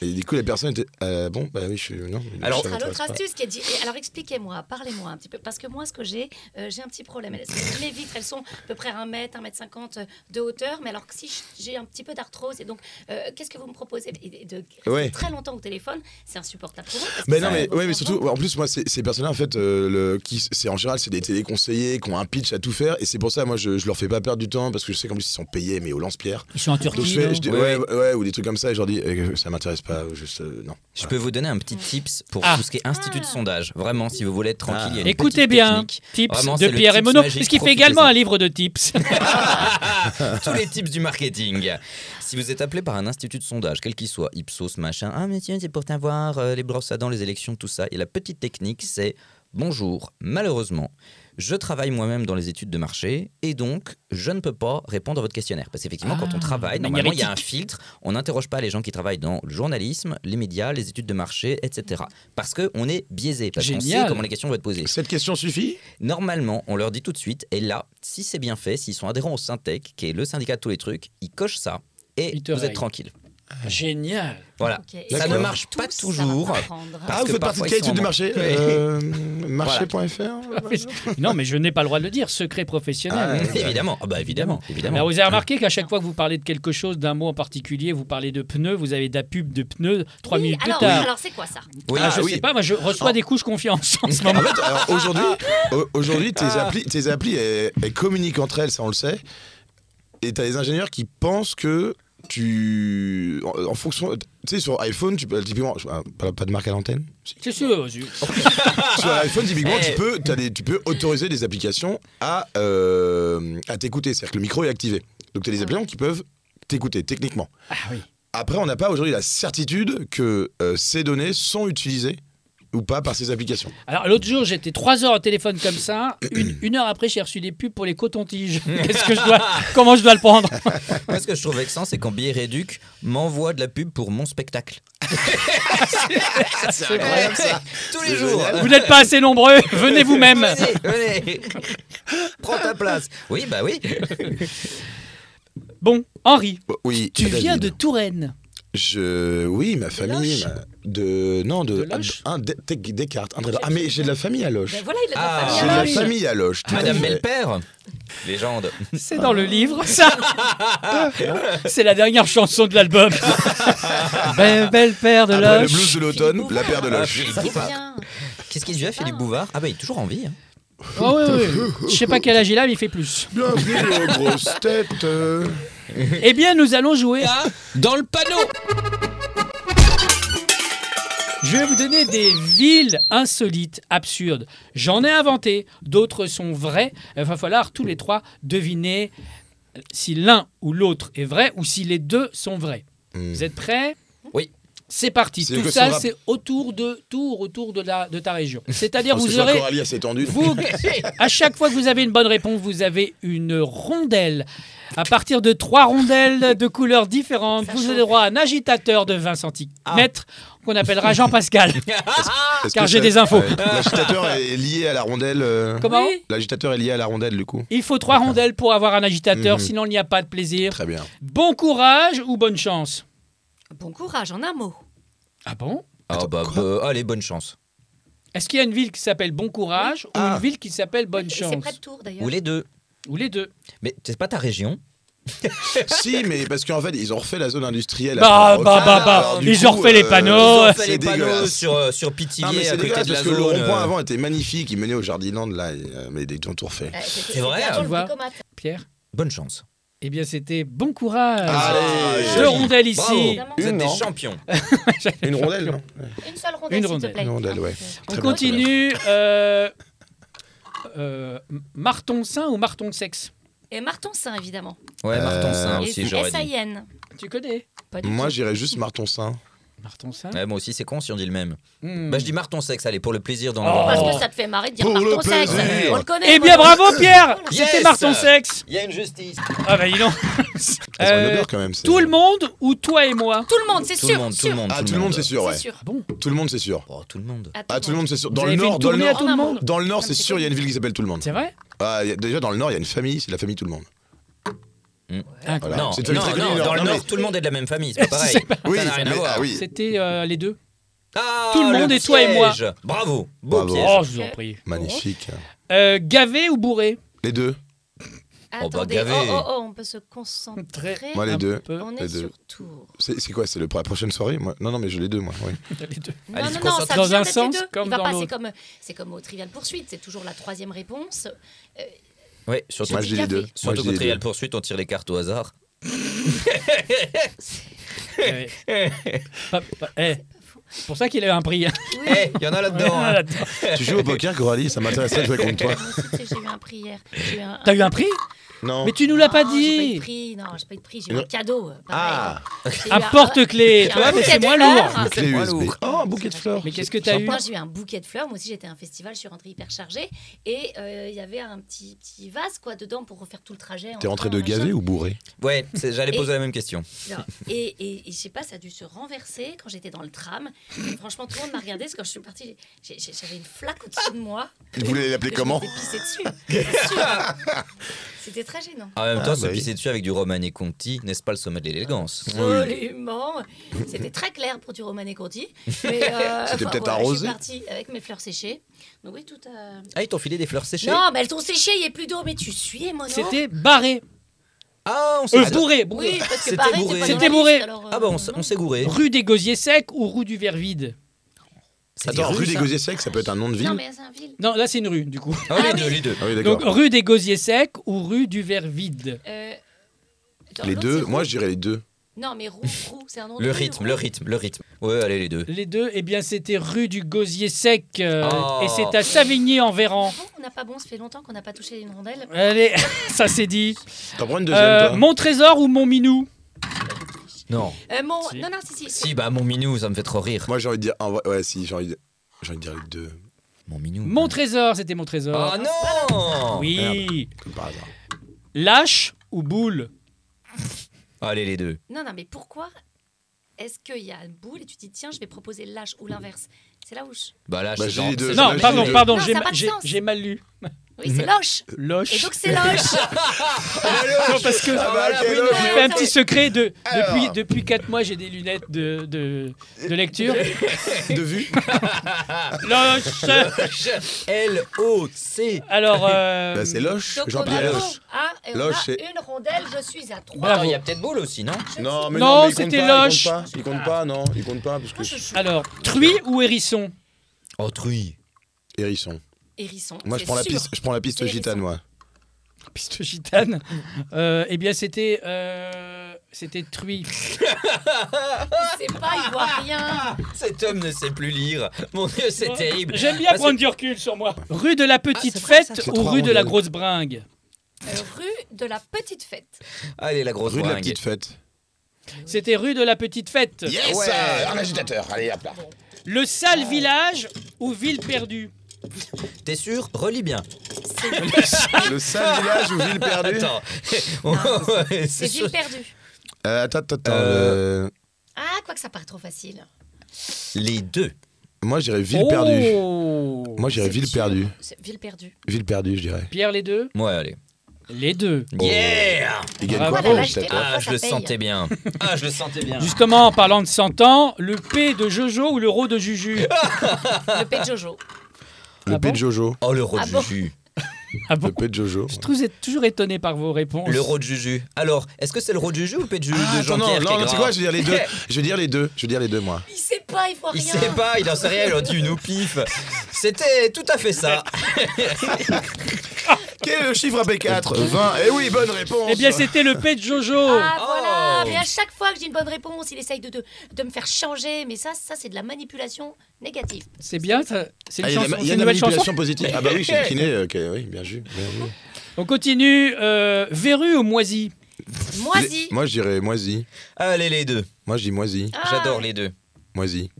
[SPEAKER 3] Et du coup, la personne était Euh, Bon, bah oui, je suis. Non, mais
[SPEAKER 4] Alors-
[SPEAKER 3] ça
[SPEAKER 1] Alors,
[SPEAKER 3] m'intéresse
[SPEAKER 1] l'autre
[SPEAKER 3] pas.
[SPEAKER 1] astuce qui est dit et alors expliquez-moi, parlez-moi un petit peu, parce que moi, ce que j'ai, euh, j'ai un petit problème. Elles- Mes vitres, elles sont à peu près 1 mètre, 1 mètre 50 de hauteur, mais alors que si j'ai un petit peu d'arthrose, et donc, euh, qu'est-ce que vous me proposez Et de rester
[SPEAKER 3] Ouais.
[SPEAKER 1] très longtemps au téléphone, c'est insupportable pour moi. parce que
[SPEAKER 3] Mais
[SPEAKER 1] ça,
[SPEAKER 3] non, mais,
[SPEAKER 1] votre
[SPEAKER 3] ouais, mais
[SPEAKER 1] enfant-
[SPEAKER 3] surtout, en plus, moi, ces, ces personnes-là, en fait, euh, le, qui, c'est en général, c'est des téléconseillers qui ont un pitch à tout faire. Et c'est pour ça, moi, je, je leur fais pas perdre du temps parce que je sais qu'en plus, ils sont payés, mais au lance-pierre.
[SPEAKER 2] Ils sont en
[SPEAKER 3] Donc,
[SPEAKER 2] Turquie.
[SPEAKER 3] je fais,
[SPEAKER 2] non
[SPEAKER 3] je dis,
[SPEAKER 4] Oui,
[SPEAKER 3] ouais,
[SPEAKER 4] oui.
[SPEAKER 3] ouais, ou des trucs comme ça, et je leur dis, euh, ça m'intéresse pas, juste, euh, non.
[SPEAKER 4] Je peux vous donner un petit tips pour
[SPEAKER 2] Ah.
[SPEAKER 4] tout ce qui est institut de
[SPEAKER 1] Ah.
[SPEAKER 4] sondage. Vraiment, si vous voulez être tranquille,
[SPEAKER 3] Ah.
[SPEAKER 4] il y a une
[SPEAKER 2] Écoutez
[SPEAKER 4] petite
[SPEAKER 2] bien,
[SPEAKER 4] technique.
[SPEAKER 2] tips
[SPEAKER 4] Vraiment,
[SPEAKER 2] de
[SPEAKER 4] c'est le
[SPEAKER 2] Pierre et
[SPEAKER 4] tips
[SPEAKER 2] Mono,
[SPEAKER 4] magique,
[SPEAKER 2] parce qu'il fait
[SPEAKER 4] profitez-en.
[SPEAKER 2] également un livre de tips.
[SPEAKER 4] Tous les tips du marketing. Si vous êtes appelé par un institut de sondage, quel qu'il soit, Ipsos, machin, ah mais tiens, c'est pour t'avoir euh, les brosses à dents, les élections, tout ça. Et la petite technique, c'est bonjour, malheureusement, je travaille moi-même dans les études de marché et donc je ne peux pas répondre à votre questionnaire. Parce qu'effectivement,
[SPEAKER 2] Ah,
[SPEAKER 4] quand on travaille,
[SPEAKER 2] manière
[SPEAKER 4] normalement, il y a un
[SPEAKER 2] éthique.
[SPEAKER 4] filtre. On n'interroge pas les gens qui travaillent dans le journalisme, les médias, les études de marché, etc. Parce qu'on est biaisé, parce qu'on sait
[SPEAKER 2] Génial.
[SPEAKER 4] comment les questions vont être posées.
[SPEAKER 3] Cette question suffit
[SPEAKER 4] Normalement, on leur dit tout de suite, et là, si c'est bien fait, s'ils sont adhérents au Syntec, qui est le syndicat de tous les trucs, ils cochent ça, et
[SPEAKER 2] Ils te
[SPEAKER 4] vous
[SPEAKER 2] raillent.
[SPEAKER 4] êtes tranquille.
[SPEAKER 2] Génial.
[SPEAKER 4] Voilà.
[SPEAKER 1] Ok, et
[SPEAKER 4] Ça
[SPEAKER 1] donc,
[SPEAKER 4] ne marche
[SPEAKER 1] tous,
[SPEAKER 4] pas
[SPEAKER 1] ça va
[SPEAKER 4] toujours.
[SPEAKER 1] t'apprendre.
[SPEAKER 4] Parce
[SPEAKER 3] ah, vous
[SPEAKER 4] que
[SPEAKER 3] faites partie de
[SPEAKER 4] parfois,
[SPEAKER 3] quelle
[SPEAKER 4] ils sont
[SPEAKER 3] étude de
[SPEAKER 4] en
[SPEAKER 3] marché
[SPEAKER 4] manque.
[SPEAKER 3] Euh, Marché.fr
[SPEAKER 2] Non, mais je n'ai pas le droit de le dire, secret professionnel.
[SPEAKER 3] Ah,
[SPEAKER 4] évidemment. Ah bah évidemment,
[SPEAKER 2] Alors,
[SPEAKER 4] évidemment.
[SPEAKER 2] vous avez remarqué qu'à chaque fois que vous parlez de quelque chose, d'un mot en particulier, vous parlez de pneus, vous avez de la pub de pneus trois
[SPEAKER 1] Oui,
[SPEAKER 2] minutes plus
[SPEAKER 1] alors,
[SPEAKER 2] tard.
[SPEAKER 1] alors c'est quoi ça
[SPEAKER 4] Oui,
[SPEAKER 2] Ah, je
[SPEAKER 3] ah, oui.
[SPEAKER 2] sais pas, moi je reçois des couches confiance en ce moment.
[SPEAKER 3] En fait, alors, aujourd'hui, au- aujourd'hui, tes
[SPEAKER 2] Ah.
[SPEAKER 3] applis, tes applis elles, elles communiquent entre elles, ça on le sait. Et t'as des ingénieurs qui pensent que tu. En, en fonction. Tu sais, sur iPhone, tu peux. Typiquement, je- ah, pas, pas de marque à l'antenne Si.
[SPEAKER 2] C'est sûr, vas-y. Ah.
[SPEAKER 3] Sur iPhone, typiquement,
[SPEAKER 4] Eh.
[SPEAKER 3] tu, peux, t'as des- tu peux autoriser des applications à, euh, à t'écouter. C'est-à-dire que le micro est activé. Donc t'as des applications qui peuvent t'écouter techniquement.
[SPEAKER 2] Ah oui.
[SPEAKER 3] Après, on n'a pas aujourd'hui la certitude que euh, ces données sont utilisées ou pas par ces applications.
[SPEAKER 2] Alors l'autre jour, j'étais trois heures au téléphone comme ça. Une, une heure après, j'ai reçu des pubs pour les cotons-tiges. Qu'est-ce que je dois Comment je dois le prendre
[SPEAKER 4] Moi, ce que je trouve vexant, c'est quand Billet Réduc m'envoie de la pub pour mon spectacle.
[SPEAKER 3] C'est incroyable ça.
[SPEAKER 4] Tous
[SPEAKER 3] C'est
[SPEAKER 4] les jours.
[SPEAKER 3] génial.
[SPEAKER 2] Vous n'êtes pas assez nombreux. Venez vous-même.
[SPEAKER 4] Venez, venez. Prends ta place. Oui, bah oui.
[SPEAKER 2] Bon, Henri,
[SPEAKER 3] Oui.
[SPEAKER 2] tu viens
[SPEAKER 3] David.
[SPEAKER 2] de Touraine.
[SPEAKER 3] Je... Oui, ma famille.
[SPEAKER 2] Loches
[SPEAKER 3] ma- De... Non, de...
[SPEAKER 2] De Loches
[SPEAKER 3] un, de- Des- Descartes. André- Ah, mais j'ai de la famille à Loche.
[SPEAKER 1] Ben voilà, il a de
[SPEAKER 4] Ah.
[SPEAKER 1] la
[SPEAKER 3] J'ai de
[SPEAKER 1] famille.
[SPEAKER 2] Ah
[SPEAKER 3] la
[SPEAKER 2] oui.
[SPEAKER 3] famille à Loche. tout à
[SPEAKER 4] Madame
[SPEAKER 3] fait.
[SPEAKER 4] Belpère. Légende.
[SPEAKER 2] C'est dans le livre, ça. C'est la dernière chanson de l'album. belle, belle paire de
[SPEAKER 3] Après le
[SPEAKER 2] loches.
[SPEAKER 3] blues de l'automne, la paire de Loche.
[SPEAKER 4] Philippe
[SPEAKER 1] C'est
[SPEAKER 4] Bouvard.
[SPEAKER 1] Eh bien.
[SPEAKER 4] Qu'est-ce qu'il devient, Philippe Bouvard Ah bah il est toujours en vie. hein.
[SPEAKER 2] Ah ouais, ouais. Je sais pas quel âge il a, mais il fait plus.
[SPEAKER 3] Bienvenue aux grosses têtes. euh.
[SPEAKER 2] Eh bien, nous allons jouer à Dans le panneau. Je vais vous donner des villes insolites, absurdes. J'en ai inventé, d'autres sont vraies. Il va falloir tous les trois deviner si l'un ou l'autre est vrai ou si les deux sont vrais.
[SPEAKER 3] Hmm.
[SPEAKER 2] Vous êtes prêts
[SPEAKER 4] Oui.
[SPEAKER 2] C'est parti.
[SPEAKER 3] C'est
[SPEAKER 2] Tout
[SPEAKER 3] que
[SPEAKER 2] ça,
[SPEAKER 3] sur la-
[SPEAKER 2] c'est autour de tour, autour de, la, de ta région. C'est-à-dire,
[SPEAKER 3] Parce que
[SPEAKER 2] vous
[SPEAKER 3] sur la
[SPEAKER 2] aurez
[SPEAKER 3] Coralie, elle s'est tendue.
[SPEAKER 2] vous, à chaque fois que vous avez une bonne réponse, vous avez une rondelle. À partir de trois rondelles de couleurs différentes,
[SPEAKER 1] Ça
[SPEAKER 2] vous
[SPEAKER 1] chauffe. Ah.
[SPEAKER 2] avez droit à un agitateur de 20 cm qu'on appellera Jean-Pascal.
[SPEAKER 3] Est-ce
[SPEAKER 2] car
[SPEAKER 3] que
[SPEAKER 2] j'ai
[SPEAKER 3] ça-
[SPEAKER 2] des infos.
[SPEAKER 3] Ouais. L'agitateur est lié à la rondelle. euh,
[SPEAKER 2] Comment
[SPEAKER 1] Oui.
[SPEAKER 3] L'agitateur est lié à la rondelle, du coup.
[SPEAKER 2] Il faut trois rondelles pour avoir un agitateur,
[SPEAKER 3] Mhm.
[SPEAKER 2] sinon il n'y a pas de plaisir.
[SPEAKER 3] Très bien.
[SPEAKER 2] Bon courage ou bonne chance
[SPEAKER 1] Bon courage, en un mot.
[SPEAKER 2] Ah bon
[SPEAKER 4] Ah bah, bah, allez, bonne chance.
[SPEAKER 2] Est-ce qu'il y a une ville qui s'appelle Bon Courage ou
[SPEAKER 3] Ah.
[SPEAKER 2] une ville qui s'appelle Bonne
[SPEAKER 1] Et C'est près de
[SPEAKER 2] Chance
[SPEAKER 1] Tours, d'ailleurs.
[SPEAKER 4] Ou les deux.
[SPEAKER 2] Ou les deux
[SPEAKER 4] Mais c'est pas ta région.
[SPEAKER 3] si, mais parce qu'en fait, ils ont refait la zone industrielle.
[SPEAKER 2] Bah,
[SPEAKER 3] après la
[SPEAKER 2] bah,
[SPEAKER 3] retraite.
[SPEAKER 2] bah, bah.
[SPEAKER 3] Alors, du
[SPEAKER 2] Ils ont refait les panneaux.
[SPEAKER 4] Ils
[SPEAKER 3] ils
[SPEAKER 4] ont
[SPEAKER 3] ont
[SPEAKER 4] fait
[SPEAKER 3] c'est
[SPEAKER 4] les panneaux
[SPEAKER 3] dégueulasse.
[SPEAKER 4] sur, euh, sur Pithiviers,
[SPEAKER 3] Non, mais
[SPEAKER 4] à
[SPEAKER 3] c'est
[SPEAKER 4] côté
[SPEAKER 3] dégueulasse
[SPEAKER 4] de la
[SPEAKER 3] parce que
[SPEAKER 4] zone.
[SPEAKER 3] le rond-point
[SPEAKER 4] euh,
[SPEAKER 3] avant était magnifique, il menait au Jardiland là, et, euh, mais ils ont tout refait.
[SPEAKER 1] Euh, c'était-
[SPEAKER 4] C'est vrai,
[SPEAKER 1] c'était
[SPEAKER 4] tu
[SPEAKER 1] avant le
[SPEAKER 2] vois.
[SPEAKER 1] Bricomate.
[SPEAKER 2] Pierre
[SPEAKER 4] Bonne chance.
[SPEAKER 2] Eh bien, c'était Bon Courage
[SPEAKER 3] Allez,
[SPEAKER 2] Deux rondelles ici
[SPEAKER 1] Évidemment.
[SPEAKER 4] Vous êtes
[SPEAKER 3] Une,
[SPEAKER 4] des
[SPEAKER 3] non
[SPEAKER 4] champions.
[SPEAKER 3] Une rondelle, non
[SPEAKER 1] Une seule rondelle, s'il
[SPEAKER 2] Une
[SPEAKER 1] te
[SPEAKER 2] rondelle.
[SPEAKER 1] plaît.
[SPEAKER 3] Une rondelle, ouais.
[SPEAKER 2] On
[SPEAKER 3] Très bien, très bien.
[SPEAKER 2] continue. euh, euh, marton sain ou marton sexe
[SPEAKER 1] Et Marton Saint, évidemment.
[SPEAKER 4] Ouais, Martin Saint
[SPEAKER 3] Ah,
[SPEAKER 1] Et
[SPEAKER 4] aussi, j'aurais dit.
[SPEAKER 1] S-A-I-N.
[SPEAKER 2] Tu connais
[SPEAKER 1] Pas du
[SPEAKER 3] Moi,
[SPEAKER 1] tout.
[SPEAKER 3] j'irais juste Marton Saint.
[SPEAKER 2] Marton sain
[SPEAKER 4] Ouais, moi aussi, c'est con si on dit le même.
[SPEAKER 2] Hmm.
[SPEAKER 4] Bah, je dis Marton Sexe, allez, pour le plaisir d'en
[SPEAKER 2] Oh.
[SPEAKER 4] avoir
[SPEAKER 1] Parce
[SPEAKER 4] un.
[SPEAKER 1] que ça te fait marrer de dire
[SPEAKER 3] Pour le
[SPEAKER 1] Marton Sexe.
[SPEAKER 3] plaisir.
[SPEAKER 1] On le connaît.
[SPEAKER 2] Eh bien,
[SPEAKER 1] moi,
[SPEAKER 2] bravo Pierre
[SPEAKER 4] Yes
[SPEAKER 2] C'était marton sexe
[SPEAKER 4] Il y a une justice.
[SPEAKER 2] Ah bah dis donc
[SPEAKER 3] Elles ont une
[SPEAKER 2] Euh,
[SPEAKER 3] odeur quand même. c'est-
[SPEAKER 2] Tout le monde ou toi et moi
[SPEAKER 1] Tout le monde, c'est
[SPEAKER 4] Tout le
[SPEAKER 1] sûr.
[SPEAKER 4] monde, tout
[SPEAKER 1] sûr.
[SPEAKER 4] le monde.
[SPEAKER 3] Ah, tout le monde, c'est sûr, ouais.
[SPEAKER 1] C'est sûr.
[SPEAKER 2] Bon,
[SPEAKER 3] Tout le monde, c'est sûr.
[SPEAKER 4] Oh, tout le monde.
[SPEAKER 1] À
[SPEAKER 3] Ah, tout le monde, c'est sûr. Dans
[SPEAKER 2] vous
[SPEAKER 3] le
[SPEAKER 2] avez fait
[SPEAKER 3] Nord,
[SPEAKER 2] une
[SPEAKER 3] dans le
[SPEAKER 2] tournée à
[SPEAKER 3] Nord.
[SPEAKER 2] tout le
[SPEAKER 1] En amont.
[SPEAKER 2] monde
[SPEAKER 3] Dans le Nord,
[SPEAKER 1] Non,
[SPEAKER 3] c'est
[SPEAKER 1] mais c'est
[SPEAKER 3] sûr, il y a une ville qui s'appelle Tout le Monde.
[SPEAKER 2] C'est vrai
[SPEAKER 3] Ah, il y a- déjà, dans le Nord, il y a une famille, c'est la famille Tout le Monde.
[SPEAKER 4] Ah,
[SPEAKER 2] Incroyable.
[SPEAKER 3] Voilà.
[SPEAKER 4] Non,
[SPEAKER 3] C'est une
[SPEAKER 4] non,
[SPEAKER 3] famille très
[SPEAKER 4] non,
[SPEAKER 3] connue,
[SPEAKER 4] dans
[SPEAKER 3] non,
[SPEAKER 4] le
[SPEAKER 3] mais-
[SPEAKER 4] Nord, tout le monde est de la même famille, c'est pas pareil.
[SPEAKER 2] C'est pas-
[SPEAKER 3] Oui,
[SPEAKER 4] Ça n'a rien à
[SPEAKER 3] mais-
[SPEAKER 4] voir.
[SPEAKER 3] ah oui.
[SPEAKER 2] C'était euh, les deux
[SPEAKER 4] Ah,
[SPEAKER 2] Tout le monde et toi et moi.
[SPEAKER 4] piège. Bravo, beau
[SPEAKER 3] Bravo.
[SPEAKER 4] piège.
[SPEAKER 2] Oh, je vous en prie.
[SPEAKER 3] Magnifique.
[SPEAKER 2] Euh, gavé ou bourré
[SPEAKER 3] Les deux.
[SPEAKER 4] Oh, bah,
[SPEAKER 1] Attendez,
[SPEAKER 4] gavé.
[SPEAKER 1] oh, oh, oh, on peut se concentrer.
[SPEAKER 3] Moi, les
[SPEAKER 2] Un
[SPEAKER 3] deux.
[SPEAKER 2] peu.
[SPEAKER 1] On
[SPEAKER 3] les
[SPEAKER 1] est
[SPEAKER 3] deux.
[SPEAKER 1] sur Tours.
[SPEAKER 3] C'est c'est quoi C'est le- pour la prochaine soirée moi Non, non, mais je les deux, moi. oui.
[SPEAKER 2] Les deux.
[SPEAKER 1] Non,
[SPEAKER 4] Allez,
[SPEAKER 1] non,
[SPEAKER 4] se
[SPEAKER 1] non,
[SPEAKER 4] concentre.
[SPEAKER 1] ça
[SPEAKER 2] Dans
[SPEAKER 1] vient
[SPEAKER 2] un
[SPEAKER 1] d'être
[SPEAKER 2] sens
[SPEAKER 1] les deux.
[SPEAKER 2] comme
[SPEAKER 1] Il va
[SPEAKER 2] dans
[SPEAKER 1] pas,
[SPEAKER 2] l'autre.
[SPEAKER 1] c'est comme, c'est comme au Trivial Poursuite, c'est toujours la troisième réponse.
[SPEAKER 4] Ouais, surtout,
[SPEAKER 3] Moi, je dis les deux. Moi, je
[SPEAKER 4] surtout
[SPEAKER 3] dis
[SPEAKER 4] qu'au
[SPEAKER 3] les deux.
[SPEAKER 4] trial poursuite, on tire les cartes au hasard.
[SPEAKER 2] Ouais. Pas- pas- eh, C'est pour ça qu'il a eu un prix. hein.
[SPEAKER 4] Eh, il y en a là-dedans. hein.
[SPEAKER 2] Là-dedans.
[SPEAKER 3] Tu joues au poker, Coralie Ça m'intéressait de jouer contre toi.
[SPEAKER 1] Moi aussi, tu sais, j'ai eu un prix hier. J'ai eu un-
[SPEAKER 2] T'as eu un prix
[SPEAKER 3] Non.
[SPEAKER 2] Mais tu nous l'as pas
[SPEAKER 1] Non, j'ai pas eu
[SPEAKER 2] dit
[SPEAKER 1] de prix, non, j'ai pas eu de prix, j'ai eu
[SPEAKER 3] Non.
[SPEAKER 1] un cadeau. euh,
[SPEAKER 3] Ah,
[SPEAKER 1] pareil. J'ai eu
[SPEAKER 2] Un porte-clés,
[SPEAKER 1] un
[SPEAKER 2] toi, mais
[SPEAKER 1] bouquet
[SPEAKER 2] c'est
[SPEAKER 1] de
[SPEAKER 2] moins
[SPEAKER 1] fleurs.
[SPEAKER 2] lourd.
[SPEAKER 3] Clé
[SPEAKER 4] Ah, c'est moins
[SPEAKER 3] USB.
[SPEAKER 4] lourd.
[SPEAKER 3] Oh, un bouquet de fleurs.
[SPEAKER 2] Mais qu'est-ce que t'as eu
[SPEAKER 1] Non, j'ai eu un bouquet de fleurs. Moi aussi, j'étais à un festival sur un hyper chargé et euh, il y avait un petit, petit vase quoi dedans pour refaire tout le trajet. en
[SPEAKER 3] T'es rentré
[SPEAKER 1] train,
[SPEAKER 3] de gavé
[SPEAKER 1] machin.
[SPEAKER 3] ou bourré
[SPEAKER 4] Ouais, c'est- j'allais
[SPEAKER 1] Et-
[SPEAKER 4] poser la même question.
[SPEAKER 1] Non. Et, et, et je sais pas, ça a dû se renverser quand j'étais dans le tram. Et franchement, tout le monde m'a regardé parce que quand je suis partie, j'ai- j'ai- j'avais une flaque au-dessus de moi.
[SPEAKER 3] Vous voulez l'appeler
[SPEAKER 1] que
[SPEAKER 3] comment
[SPEAKER 1] Je m'étais pissée dessus. c'est sûr. C'était très gênant.
[SPEAKER 4] En même temps,
[SPEAKER 3] Ah,
[SPEAKER 4] se
[SPEAKER 3] bah oui.
[SPEAKER 4] pisser dessus avec du Romané Conti, n'est-ce pas le sommet de l'élégance
[SPEAKER 1] Absolument. C'était très clair pour du Romané Conti. Mais euh,
[SPEAKER 3] C'était
[SPEAKER 1] enfin,
[SPEAKER 3] peut-être
[SPEAKER 1] voilà,
[SPEAKER 3] arrosé.
[SPEAKER 1] Je suis partie avec mes fleurs séchées. Donc oui, tout a.
[SPEAKER 4] Ah, ils t'ont filé des fleurs séchées
[SPEAKER 1] Non, mais elles t'ont séché, il n'y a plus d'eau, mais tu suis, mon
[SPEAKER 2] C'était barré.
[SPEAKER 4] Ah, on s'est
[SPEAKER 2] Euh,
[SPEAKER 4] Ah,
[SPEAKER 2] bourré, bourré.
[SPEAKER 1] Oui, parce que
[SPEAKER 4] C'était
[SPEAKER 1] pareil, t'es
[SPEAKER 4] bourré.
[SPEAKER 1] pas dans
[SPEAKER 2] C'était
[SPEAKER 1] la
[SPEAKER 2] bourré.
[SPEAKER 1] liste, alors, euh,
[SPEAKER 4] Ah bah, on s-
[SPEAKER 1] non.
[SPEAKER 4] on s'est gouré.
[SPEAKER 2] Rue des Gosiers Secs ou rue du Verre Vide
[SPEAKER 4] C'est des
[SPEAKER 3] Attends,
[SPEAKER 4] rues,
[SPEAKER 3] rue des
[SPEAKER 4] ça
[SPEAKER 3] Gosiers Secs, ça peut être un nom de
[SPEAKER 1] Non,
[SPEAKER 3] ville.
[SPEAKER 1] mais c'est un ville.
[SPEAKER 2] Non, là c'est une rue du coup.
[SPEAKER 4] Ah, les
[SPEAKER 1] Ah,
[SPEAKER 4] deux,
[SPEAKER 1] oui.
[SPEAKER 4] les deux.
[SPEAKER 3] Ah oui,
[SPEAKER 2] Donc
[SPEAKER 3] d'accord.
[SPEAKER 2] rue des Gosiers Secs ou rue du Verre Vide
[SPEAKER 1] Euh, attends,
[SPEAKER 3] Les
[SPEAKER 1] l'autre,
[SPEAKER 3] deux,
[SPEAKER 1] c'est
[SPEAKER 3] moi
[SPEAKER 1] roux.
[SPEAKER 3] je dirais les deux.
[SPEAKER 1] Non, mais roux, roux, c'est un nom
[SPEAKER 4] Le rythme, le rythme, le rythme. Ouais, allez, les deux.
[SPEAKER 2] Les deux, eh bien c'était rue du Gosier Sec euh,
[SPEAKER 4] Oh.
[SPEAKER 2] et c'est à Savigny en Véran.
[SPEAKER 1] Bon, on n'a pas bon, ça fait longtemps qu'on n'a pas touché une rondelle.
[SPEAKER 2] Allez, ça c'est dit.
[SPEAKER 3] T'en prends une
[SPEAKER 2] Euh,
[SPEAKER 3] deuxième, toi
[SPEAKER 2] mon trésor ou mon minou
[SPEAKER 4] Non.
[SPEAKER 1] Euh, mon...
[SPEAKER 2] Si.
[SPEAKER 1] Non, non, si, si.
[SPEAKER 4] Si, bah, mon minou, ça me fait trop rire.
[SPEAKER 3] Moi j'ai envie de dire. en vrai- Ouais, si, j'ai envie de j'ai envie de dire les deux.
[SPEAKER 4] Mon minou.
[SPEAKER 2] Mon trésor, c'était mon trésor.
[SPEAKER 4] Ah non
[SPEAKER 3] Oh,
[SPEAKER 2] oui.
[SPEAKER 3] Comme par hasard.
[SPEAKER 2] Lâche ou boule
[SPEAKER 4] Allez, les deux.
[SPEAKER 1] Non, non, mais pourquoi est-ce qu'il y a une boule et tu te dis, tiens, je vais proposer lâche ou l'inverse C'est là où je.
[SPEAKER 4] Bah là,
[SPEAKER 3] Bah,
[SPEAKER 4] je
[SPEAKER 3] j'ai les deux.
[SPEAKER 2] Non,
[SPEAKER 3] lâche,
[SPEAKER 2] pardon,
[SPEAKER 3] j'ai-
[SPEAKER 2] pardon,
[SPEAKER 1] Non,
[SPEAKER 2] j'ai
[SPEAKER 1] ça a
[SPEAKER 2] ma-
[SPEAKER 1] pas de
[SPEAKER 2] j'ai-
[SPEAKER 1] sens.
[SPEAKER 2] j'ai mal lu.
[SPEAKER 1] Oui, c'est loche. Et
[SPEAKER 2] Loche.
[SPEAKER 1] donc, c'est loche.
[SPEAKER 2] Non, parce que
[SPEAKER 3] Ah bah, quelle
[SPEAKER 2] Oui, non,
[SPEAKER 3] loge.
[SPEAKER 2] je fais un petit secret de,
[SPEAKER 3] Alors.
[SPEAKER 2] depuis depuis 4 mois j'ai des lunettes de, de, de lecture.
[SPEAKER 3] De vue
[SPEAKER 2] Loche.
[SPEAKER 4] L-O-C.
[SPEAKER 2] Alors euh,
[SPEAKER 3] Bah, C'est Loche,
[SPEAKER 1] Donc, on a
[SPEAKER 3] Jean-Pierre Loche.
[SPEAKER 1] Ah, et on
[SPEAKER 3] Loche,
[SPEAKER 1] a
[SPEAKER 3] c'est-
[SPEAKER 1] une rondelle, je suis à trois.
[SPEAKER 2] Bravo.
[SPEAKER 4] Il y a peut-être boule aussi, non
[SPEAKER 3] Non, mais
[SPEAKER 2] Non,
[SPEAKER 3] non, mais il compte
[SPEAKER 2] c'était
[SPEAKER 3] pas,
[SPEAKER 2] Loche.
[SPEAKER 3] Il compte pas, il compte pas, non, il compte pas, parce que
[SPEAKER 1] Moi,
[SPEAKER 3] je
[SPEAKER 1] je joue.
[SPEAKER 2] alors truie ou hérisson
[SPEAKER 4] Autrui.
[SPEAKER 3] hérisson.
[SPEAKER 1] Hérisson.
[SPEAKER 3] Moi je
[SPEAKER 1] c'est
[SPEAKER 3] prends la
[SPEAKER 1] sûr.
[SPEAKER 3] piste, je prends la piste
[SPEAKER 1] C'est
[SPEAKER 3] gitane,
[SPEAKER 1] hérisson.
[SPEAKER 3] moi.
[SPEAKER 2] Piste gitane. Euh, eh bien c'était euh, C'était truie.
[SPEAKER 1] C'est pas, il voit rien.
[SPEAKER 4] Cet homme ne sait plus lire. Mon Dieu, c'est
[SPEAKER 2] Ouais.
[SPEAKER 4] terrible.
[SPEAKER 2] J'aime bien
[SPEAKER 4] Ah, c'est-
[SPEAKER 2] prendre du recul sur moi. Rue de la Petite
[SPEAKER 4] Ah, c'est vrai,
[SPEAKER 2] Fête
[SPEAKER 4] ça,
[SPEAKER 3] c'est
[SPEAKER 2] ou rue de
[SPEAKER 3] trois
[SPEAKER 2] la
[SPEAKER 3] rondelles.
[SPEAKER 2] Grosse Bringue
[SPEAKER 1] Euh, rue de la Petite Fête.
[SPEAKER 4] Allez, la grosse
[SPEAKER 3] Rue de la
[SPEAKER 4] bringue.
[SPEAKER 3] petite fête.
[SPEAKER 2] C'était rue de la Petite Fête.
[SPEAKER 3] Yes
[SPEAKER 4] Ouais. Ah,
[SPEAKER 3] euh, Un agitateur, allez hop là.
[SPEAKER 2] Le sale village ou ville perdue
[SPEAKER 4] T'es sûr Relis bien.
[SPEAKER 1] Ah.
[SPEAKER 3] Le sale village ou ville perdue
[SPEAKER 4] Attends.
[SPEAKER 1] C'est
[SPEAKER 4] sûr.
[SPEAKER 1] ville perdue.
[SPEAKER 3] Euh, Attends, attends, attends.
[SPEAKER 4] Euh.
[SPEAKER 3] euh,
[SPEAKER 1] Ah, quoi que ça paraît trop facile.
[SPEAKER 4] Les deux.
[SPEAKER 3] Moi j'irais ville
[SPEAKER 2] Oh
[SPEAKER 3] perdue. Moi j'irais
[SPEAKER 1] C'est
[SPEAKER 3] ville
[SPEAKER 1] sûr.
[SPEAKER 3] perdue.
[SPEAKER 1] C'est Ville perdue.
[SPEAKER 3] Ville perdue, je dirais.
[SPEAKER 2] Pierre, les deux
[SPEAKER 4] Ouais, allez.
[SPEAKER 2] Les deux.
[SPEAKER 3] Oh.
[SPEAKER 4] Yeah
[SPEAKER 3] Il gagne
[SPEAKER 2] Bravo.
[SPEAKER 3] quoi
[SPEAKER 2] Oh,
[SPEAKER 3] pour
[SPEAKER 1] là,
[SPEAKER 3] l'agitateur
[SPEAKER 4] Ah,
[SPEAKER 1] Parfois,
[SPEAKER 4] je
[SPEAKER 1] ça
[SPEAKER 4] le
[SPEAKER 1] paye.
[SPEAKER 4] sentais bien. Ah, je le sentais bien.
[SPEAKER 2] Justement, en parlant de 100 ans, le P de Jojo ou le Ro de Juju
[SPEAKER 1] Le P de Jojo.
[SPEAKER 3] Le
[SPEAKER 2] Ah
[SPEAKER 3] P
[SPEAKER 2] bon
[SPEAKER 3] de Jojo.
[SPEAKER 4] Oh, le rôle
[SPEAKER 1] Ah
[SPEAKER 4] de
[SPEAKER 1] bon
[SPEAKER 4] Juju.
[SPEAKER 2] Ah bon
[SPEAKER 3] Le P de Jojo.
[SPEAKER 2] Je trouve que vous êtes toujours étonné par vos réponses.
[SPEAKER 4] Le rôle de Juju. Alors, est-ce que c'est le rôle de Juju ou Péju
[SPEAKER 3] Ah,
[SPEAKER 4] de
[SPEAKER 3] attends, non,
[SPEAKER 4] Jean-Pierre qui est
[SPEAKER 3] non, tu
[SPEAKER 4] gras
[SPEAKER 3] sais quoi, je vais dire les deux. Je vais dire les deux, je vais dire les deux, moi.
[SPEAKER 1] Il sait pas, il voit
[SPEAKER 4] Il
[SPEAKER 1] rien.
[SPEAKER 4] sait pas, il en sait rien, il en dit une au pif. C'était tout à fait ça.
[SPEAKER 3] Quel est le chiffre à P4 20. Eh oui, bonne réponse
[SPEAKER 2] Eh bien, c'était le P de Jojo.
[SPEAKER 1] Ah voilà,
[SPEAKER 4] Oh.
[SPEAKER 1] mais à chaque fois que j'ai une bonne réponse, il essaye de, de, de me faire changer. Mais ça, ça c'est de la manipulation négative.
[SPEAKER 2] C'est bien, ça. C'est
[SPEAKER 3] Ah,
[SPEAKER 2] une,
[SPEAKER 3] il y a de
[SPEAKER 2] chanson-
[SPEAKER 3] la- il y
[SPEAKER 2] c'est
[SPEAKER 3] a
[SPEAKER 2] une
[SPEAKER 3] de la
[SPEAKER 2] nouvelle chanson.
[SPEAKER 3] manipulation positive. Ah bah oui, chez le kiné, euh, ok, oui, bien vu. bien vu.
[SPEAKER 2] On continue. euh, Verru ou Moisi
[SPEAKER 1] Moisi.
[SPEAKER 3] Les- Moi, je dirais moisi.
[SPEAKER 4] Allez, les deux.
[SPEAKER 3] Moi, je dis moisi.
[SPEAKER 1] Ah.
[SPEAKER 4] J'adore les deux.
[SPEAKER 3] Moisi.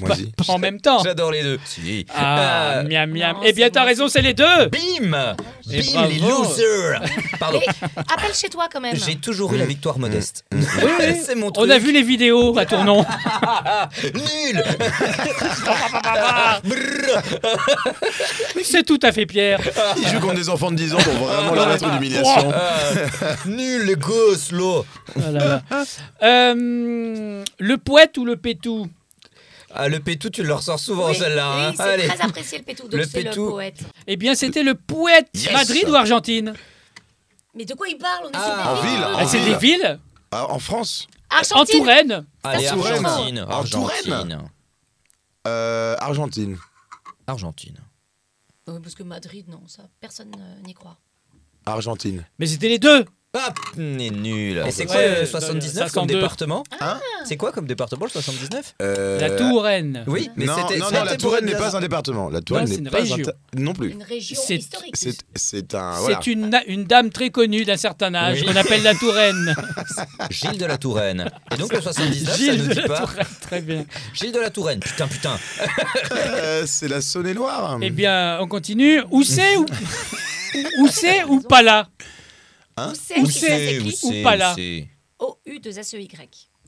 [SPEAKER 3] Moisi.
[SPEAKER 2] Pas En même temps.
[SPEAKER 4] J'adore les deux. Si.
[SPEAKER 2] Oh. Ah,
[SPEAKER 4] Euh,
[SPEAKER 2] miam miam.
[SPEAKER 1] non,
[SPEAKER 2] Eh bien,
[SPEAKER 1] c'est
[SPEAKER 2] t'as
[SPEAKER 1] Moisi.
[SPEAKER 2] raison, c'est les deux.
[SPEAKER 4] Bim
[SPEAKER 2] Et
[SPEAKER 4] Bim, les
[SPEAKER 2] bravo.
[SPEAKER 4] losers Pardon.
[SPEAKER 1] Mais appelle chez toi quand même.
[SPEAKER 4] J'ai toujours eu la victoire modeste.
[SPEAKER 2] oui.
[SPEAKER 4] c'est mon truc.
[SPEAKER 2] On a vu les vidéos à tournant.
[SPEAKER 4] Nul
[SPEAKER 2] C'est tout à fait Pierre.
[SPEAKER 3] Il joue contre des enfants de 10 ans pour vraiment leur mettre une humiliation.
[SPEAKER 4] Euh, Nul, le gosse, l'eau.
[SPEAKER 2] Oh là là. Euh, le poète ou le pétou
[SPEAKER 4] Ah, le pétou, tu le ressors souvent,
[SPEAKER 1] Oui,
[SPEAKER 4] celle-là.
[SPEAKER 1] oui,
[SPEAKER 4] hein.
[SPEAKER 1] c'est
[SPEAKER 4] Allez.
[SPEAKER 1] très apprécié le pétou, donc
[SPEAKER 4] Le
[SPEAKER 1] c'est le
[SPEAKER 4] pétou.
[SPEAKER 1] poète.
[SPEAKER 2] Eh bien, c'était le poète.
[SPEAKER 3] Yes.
[SPEAKER 2] Madrid ou Argentine
[SPEAKER 1] Mais de quoi il parle On est
[SPEAKER 4] Ah.
[SPEAKER 3] En
[SPEAKER 1] sur des
[SPEAKER 3] ville,
[SPEAKER 2] Ah,
[SPEAKER 3] en
[SPEAKER 2] C'est
[SPEAKER 3] ville.
[SPEAKER 2] des villes
[SPEAKER 3] Ah, en France
[SPEAKER 2] En
[SPEAKER 1] Argentine.
[SPEAKER 2] Touraine
[SPEAKER 4] Allez,
[SPEAKER 1] En Touraine.
[SPEAKER 4] Argentine.
[SPEAKER 3] En Touraine.
[SPEAKER 4] Argentine.
[SPEAKER 3] euh, Argentine.
[SPEAKER 4] Argentine.
[SPEAKER 1] Oui, parce que Madrid, non, ça, personne euh, n'y croit.
[SPEAKER 3] Argentine.
[SPEAKER 2] Mais c'était les deux.
[SPEAKER 4] Ah, on est nul. Et c'est
[SPEAKER 2] Ouais,
[SPEAKER 4] quoi
[SPEAKER 2] euh,
[SPEAKER 4] le 79 comme
[SPEAKER 2] 62.
[SPEAKER 4] département Ah.
[SPEAKER 3] Hein
[SPEAKER 4] C'est quoi comme département le 79
[SPEAKER 3] Euh,
[SPEAKER 2] La Touraine.
[SPEAKER 4] Oui, mais
[SPEAKER 3] non,
[SPEAKER 4] c'était
[SPEAKER 3] non,
[SPEAKER 4] c'était
[SPEAKER 3] non, la
[SPEAKER 4] pour
[SPEAKER 3] Touraine
[SPEAKER 4] une
[SPEAKER 3] n'est pas
[SPEAKER 4] raison.
[SPEAKER 3] un département. La Touraine
[SPEAKER 2] Non, c'est
[SPEAKER 3] n'est
[SPEAKER 2] une
[SPEAKER 3] pas
[SPEAKER 2] région.
[SPEAKER 3] un... Non plus.
[SPEAKER 1] Une région
[SPEAKER 2] C'est-
[SPEAKER 1] historique.
[SPEAKER 3] C'est c'est un...
[SPEAKER 2] C'est
[SPEAKER 3] Voilà.
[SPEAKER 2] une, na- une dame très connue d'un certain âge
[SPEAKER 4] ah, Oui.
[SPEAKER 2] qu'on appelle la Touraine.
[SPEAKER 4] Gilles de la Touraine. Et donc le 79, ça
[SPEAKER 2] Gilles
[SPEAKER 4] nous
[SPEAKER 2] de
[SPEAKER 4] dit
[SPEAKER 2] la
[SPEAKER 4] pas.
[SPEAKER 2] Touraine, très bien.
[SPEAKER 4] Gilles de la Touraine. Putain, putain.
[SPEAKER 3] Euh, c'est la Saône-et-Loire.
[SPEAKER 2] Eh bien, on continue. Où c'est ou... Où c'est ou pas là
[SPEAKER 1] Où c'est
[SPEAKER 2] Où
[SPEAKER 1] qui ça
[SPEAKER 2] c'est
[SPEAKER 1] s'écrit
[SPEAKER 2] Ou pas là
[SPEAKER 4] c'est
[SPEAKER 1] E O-U-2-S-E-Y.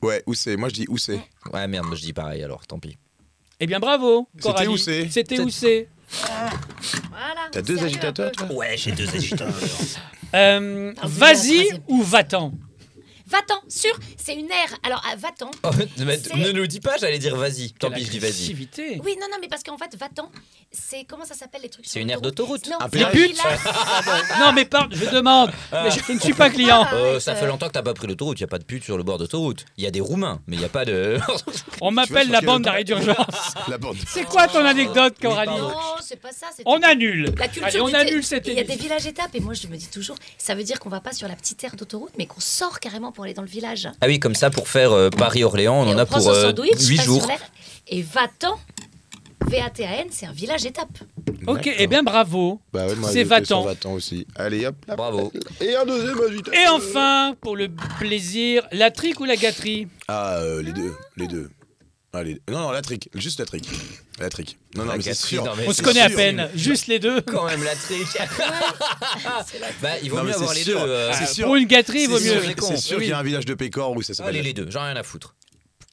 [SPEAKER 3] Ouais, où c'est Moi, je dis où c'est.
[SPEAKER 4] Ouais, merde, je dis pareil alors, tant pis.
[SPEAKER 2] Eh bien, bravo,
[SPEAKER 3] C'était
[SPEAKER 2] Coralie.
[SPEAKER 3] où c'est
[SPEAKER 2] C'était où c'est
[SPEAKER 1] Voilà.
[SPEAKER 3] T'as
[SPEAKER 1] on
[SPEAKER 3] deux
[SPEAKER 1] sérieux
[SPEAKER 3] agitateurs,
[SPEAKER 1] un peu.
[SPEAKER 3] toi
[SPEAKER 4] Ouais, j'ai deux agiteurs.
[SPEAKER 2] Euh,
[SPEAKER 1] Ah, vous
[SPEAKER 2] Vas-y
[SPEAKER 1] la troisième.
[SPEAKER 2] ou va-t'en
[SPEAKER 1] Va-t'en, sûr, c'est une aire. Alors, à va-t'en.
[SPEAKER 4] Oh, ne nous dis pas, j'allais dire vas-y. Tant
[SPEAKER 2] Quelle
[SPEAKER 4] pis, je dis vas-y.
[SPEAKER 2] agressivité.
[SPEAKER 1] Oui, non, non, mais parce qu'en fait, va-t'en, c'est. Comment ça s'appelle les trucs
[SPEAKER 4] C'est
[SPEAKER 1] sur
[SPEAKER 4] une aire
[SPEAKER 1] l'autoroute
[SPEAKER 4] d'autoroute.
[SPEAKER 1] Non,
[SPEAKER 3] Un
[SPEAKER 1] c'est un
[SPEAKER 2] péage.
[SPEAKER 4] Ah,
[SPEAKER 1] village.
[SPEAKER 2] Non, mais Ah, pardon, je demande. Mais je, je ne suis pas client.
[SPEAKER 1] Ah,
[SPEAKER 4] Euh,
[SPEAKER 1] ouais,
[SPEAKER 4] ça
[SPEAKER 1] ça-
[SPEAKER 4] fait longtemps que t'as pas pris l'autoroute, y a pas de pute sur le bord d'autoroute. Y a des Roumains, mais y a pas de.
[SPEAKER 2] On m'appelle
[SPEAKER 3] sur
[SPEAKER 2] la
[SPEAKER 3] quel
[SPEAKER 2] bande
[SPEAKER 3] auto-
[SPEAKER 2] d'arrêt d'urgence.
[SPEAKER 3] La bande.
[SPEAKER 2] C'est quoi ton anecdote, Coralie
[SPEAKER 4] Ah, pardon.
[SPEAKER 1] Non, c'est pas ça. c'est-
[SPEAKER 2] On annule.
[SPEAKER 1] La culture
[SPEAKER 2] Allez, on
[SPEAKER 1] du-
[SPEAKER 2] annule cette
[SPEAKER 1] Il y a des
[SPEAKER 2] émission.
[SPEAKER 1] villages étapes et moi je me dis toujours, ça veut dire qu'on va pas sur la petite aire d'autoroute, mais qu'on sort carrément pour aller dans le village.
[SPEAKER 4] Ah oui, comme ça pour faire euh, Paris-Orléans, on
[SPEAKER 1] et
[SPEAKER 4] en
[SPEAKER 1] on
[SPEAKER 4] a
[SPEAKER 1] prend
[SPEAKER 4] pour
[SPEAKER 1] son
[SPEAKER 4] euh,
[SPEAKER 1] sandwich,
[SPEAKER 4] huit
[SPEAKER 1] passe sur
[SPEAKER 4] jours.
[SPEAKER 1] l'aire, et va-t'en. V-A-T-A-N, c'est un village étape.
[SPEAKER 2] Ok,
[SPEAKER 3] D'accord.
[SPEAKER 2] eh bien, bravo.
[SPEAKER 3] Bah ouais, moi,
[SPEAKER 2] C'est
[SPEAKER 3] j'étais sur
[SPEAKER 2] Vatan.
[SPEAKER 3] Vatan aussi. Allez, hop. là.
[SPEAKER 4] Bravo.
[SPEAKER 3] Et un deuxième bah, agitateur.
[SPEAKER 2] Et enfin, pour le plaisir, la trique ou la gâterie
[SPEAKER 3] Ah, euh, les deux, les deux. Ah, les deux. Non, non, la trick, juste la trick. La trick. Non, non,
[SPEAKER 4] La
[SPEAKER 3] mais Eh, c'est
[SPEAKER 4] Catherine,
[SPEAKER 3] sûr.
[SPEAKER 4] non, mais
[SPEAKER 2] On
[SPEAKER 4] c'est
[SPEAKER 2] se connaît à
[SPEAKER 3] sûr.
[SPEAKER 2] peine, juste les deux.
[SPEAKER 4] Quand même la trick. bah, il vaut
[SPEAKER 3] Non, mais
[SPEAKER 4] mieux avoir
[SPEAKER 3] c'est
[SPEAKER 4] les deux.
[SPEAKER 3] sûr.
[SPEAKER 4] euh,
[SPEAKER 3] C'est
[SPEAKER 2] Ah,
[SPEAKER 3] sûr.
[SPEAKER 2] Pour une gâterie, il vaut
[SPEAKER 3] C'est sûr,
[SPEAKER 2] mieux.
[SPEAKER 4] les cons.
[SPEAKER 3] c'est sûr
[SPEAKER 4] Oui.
[SPEAKER 3] qu'il y a un village de Pécor où ça
[SPEAKER 4] Allez,
[SPEAKER 3] s'appelle.
[SPEAKER 4] les deux, j'en ai rien à foutre.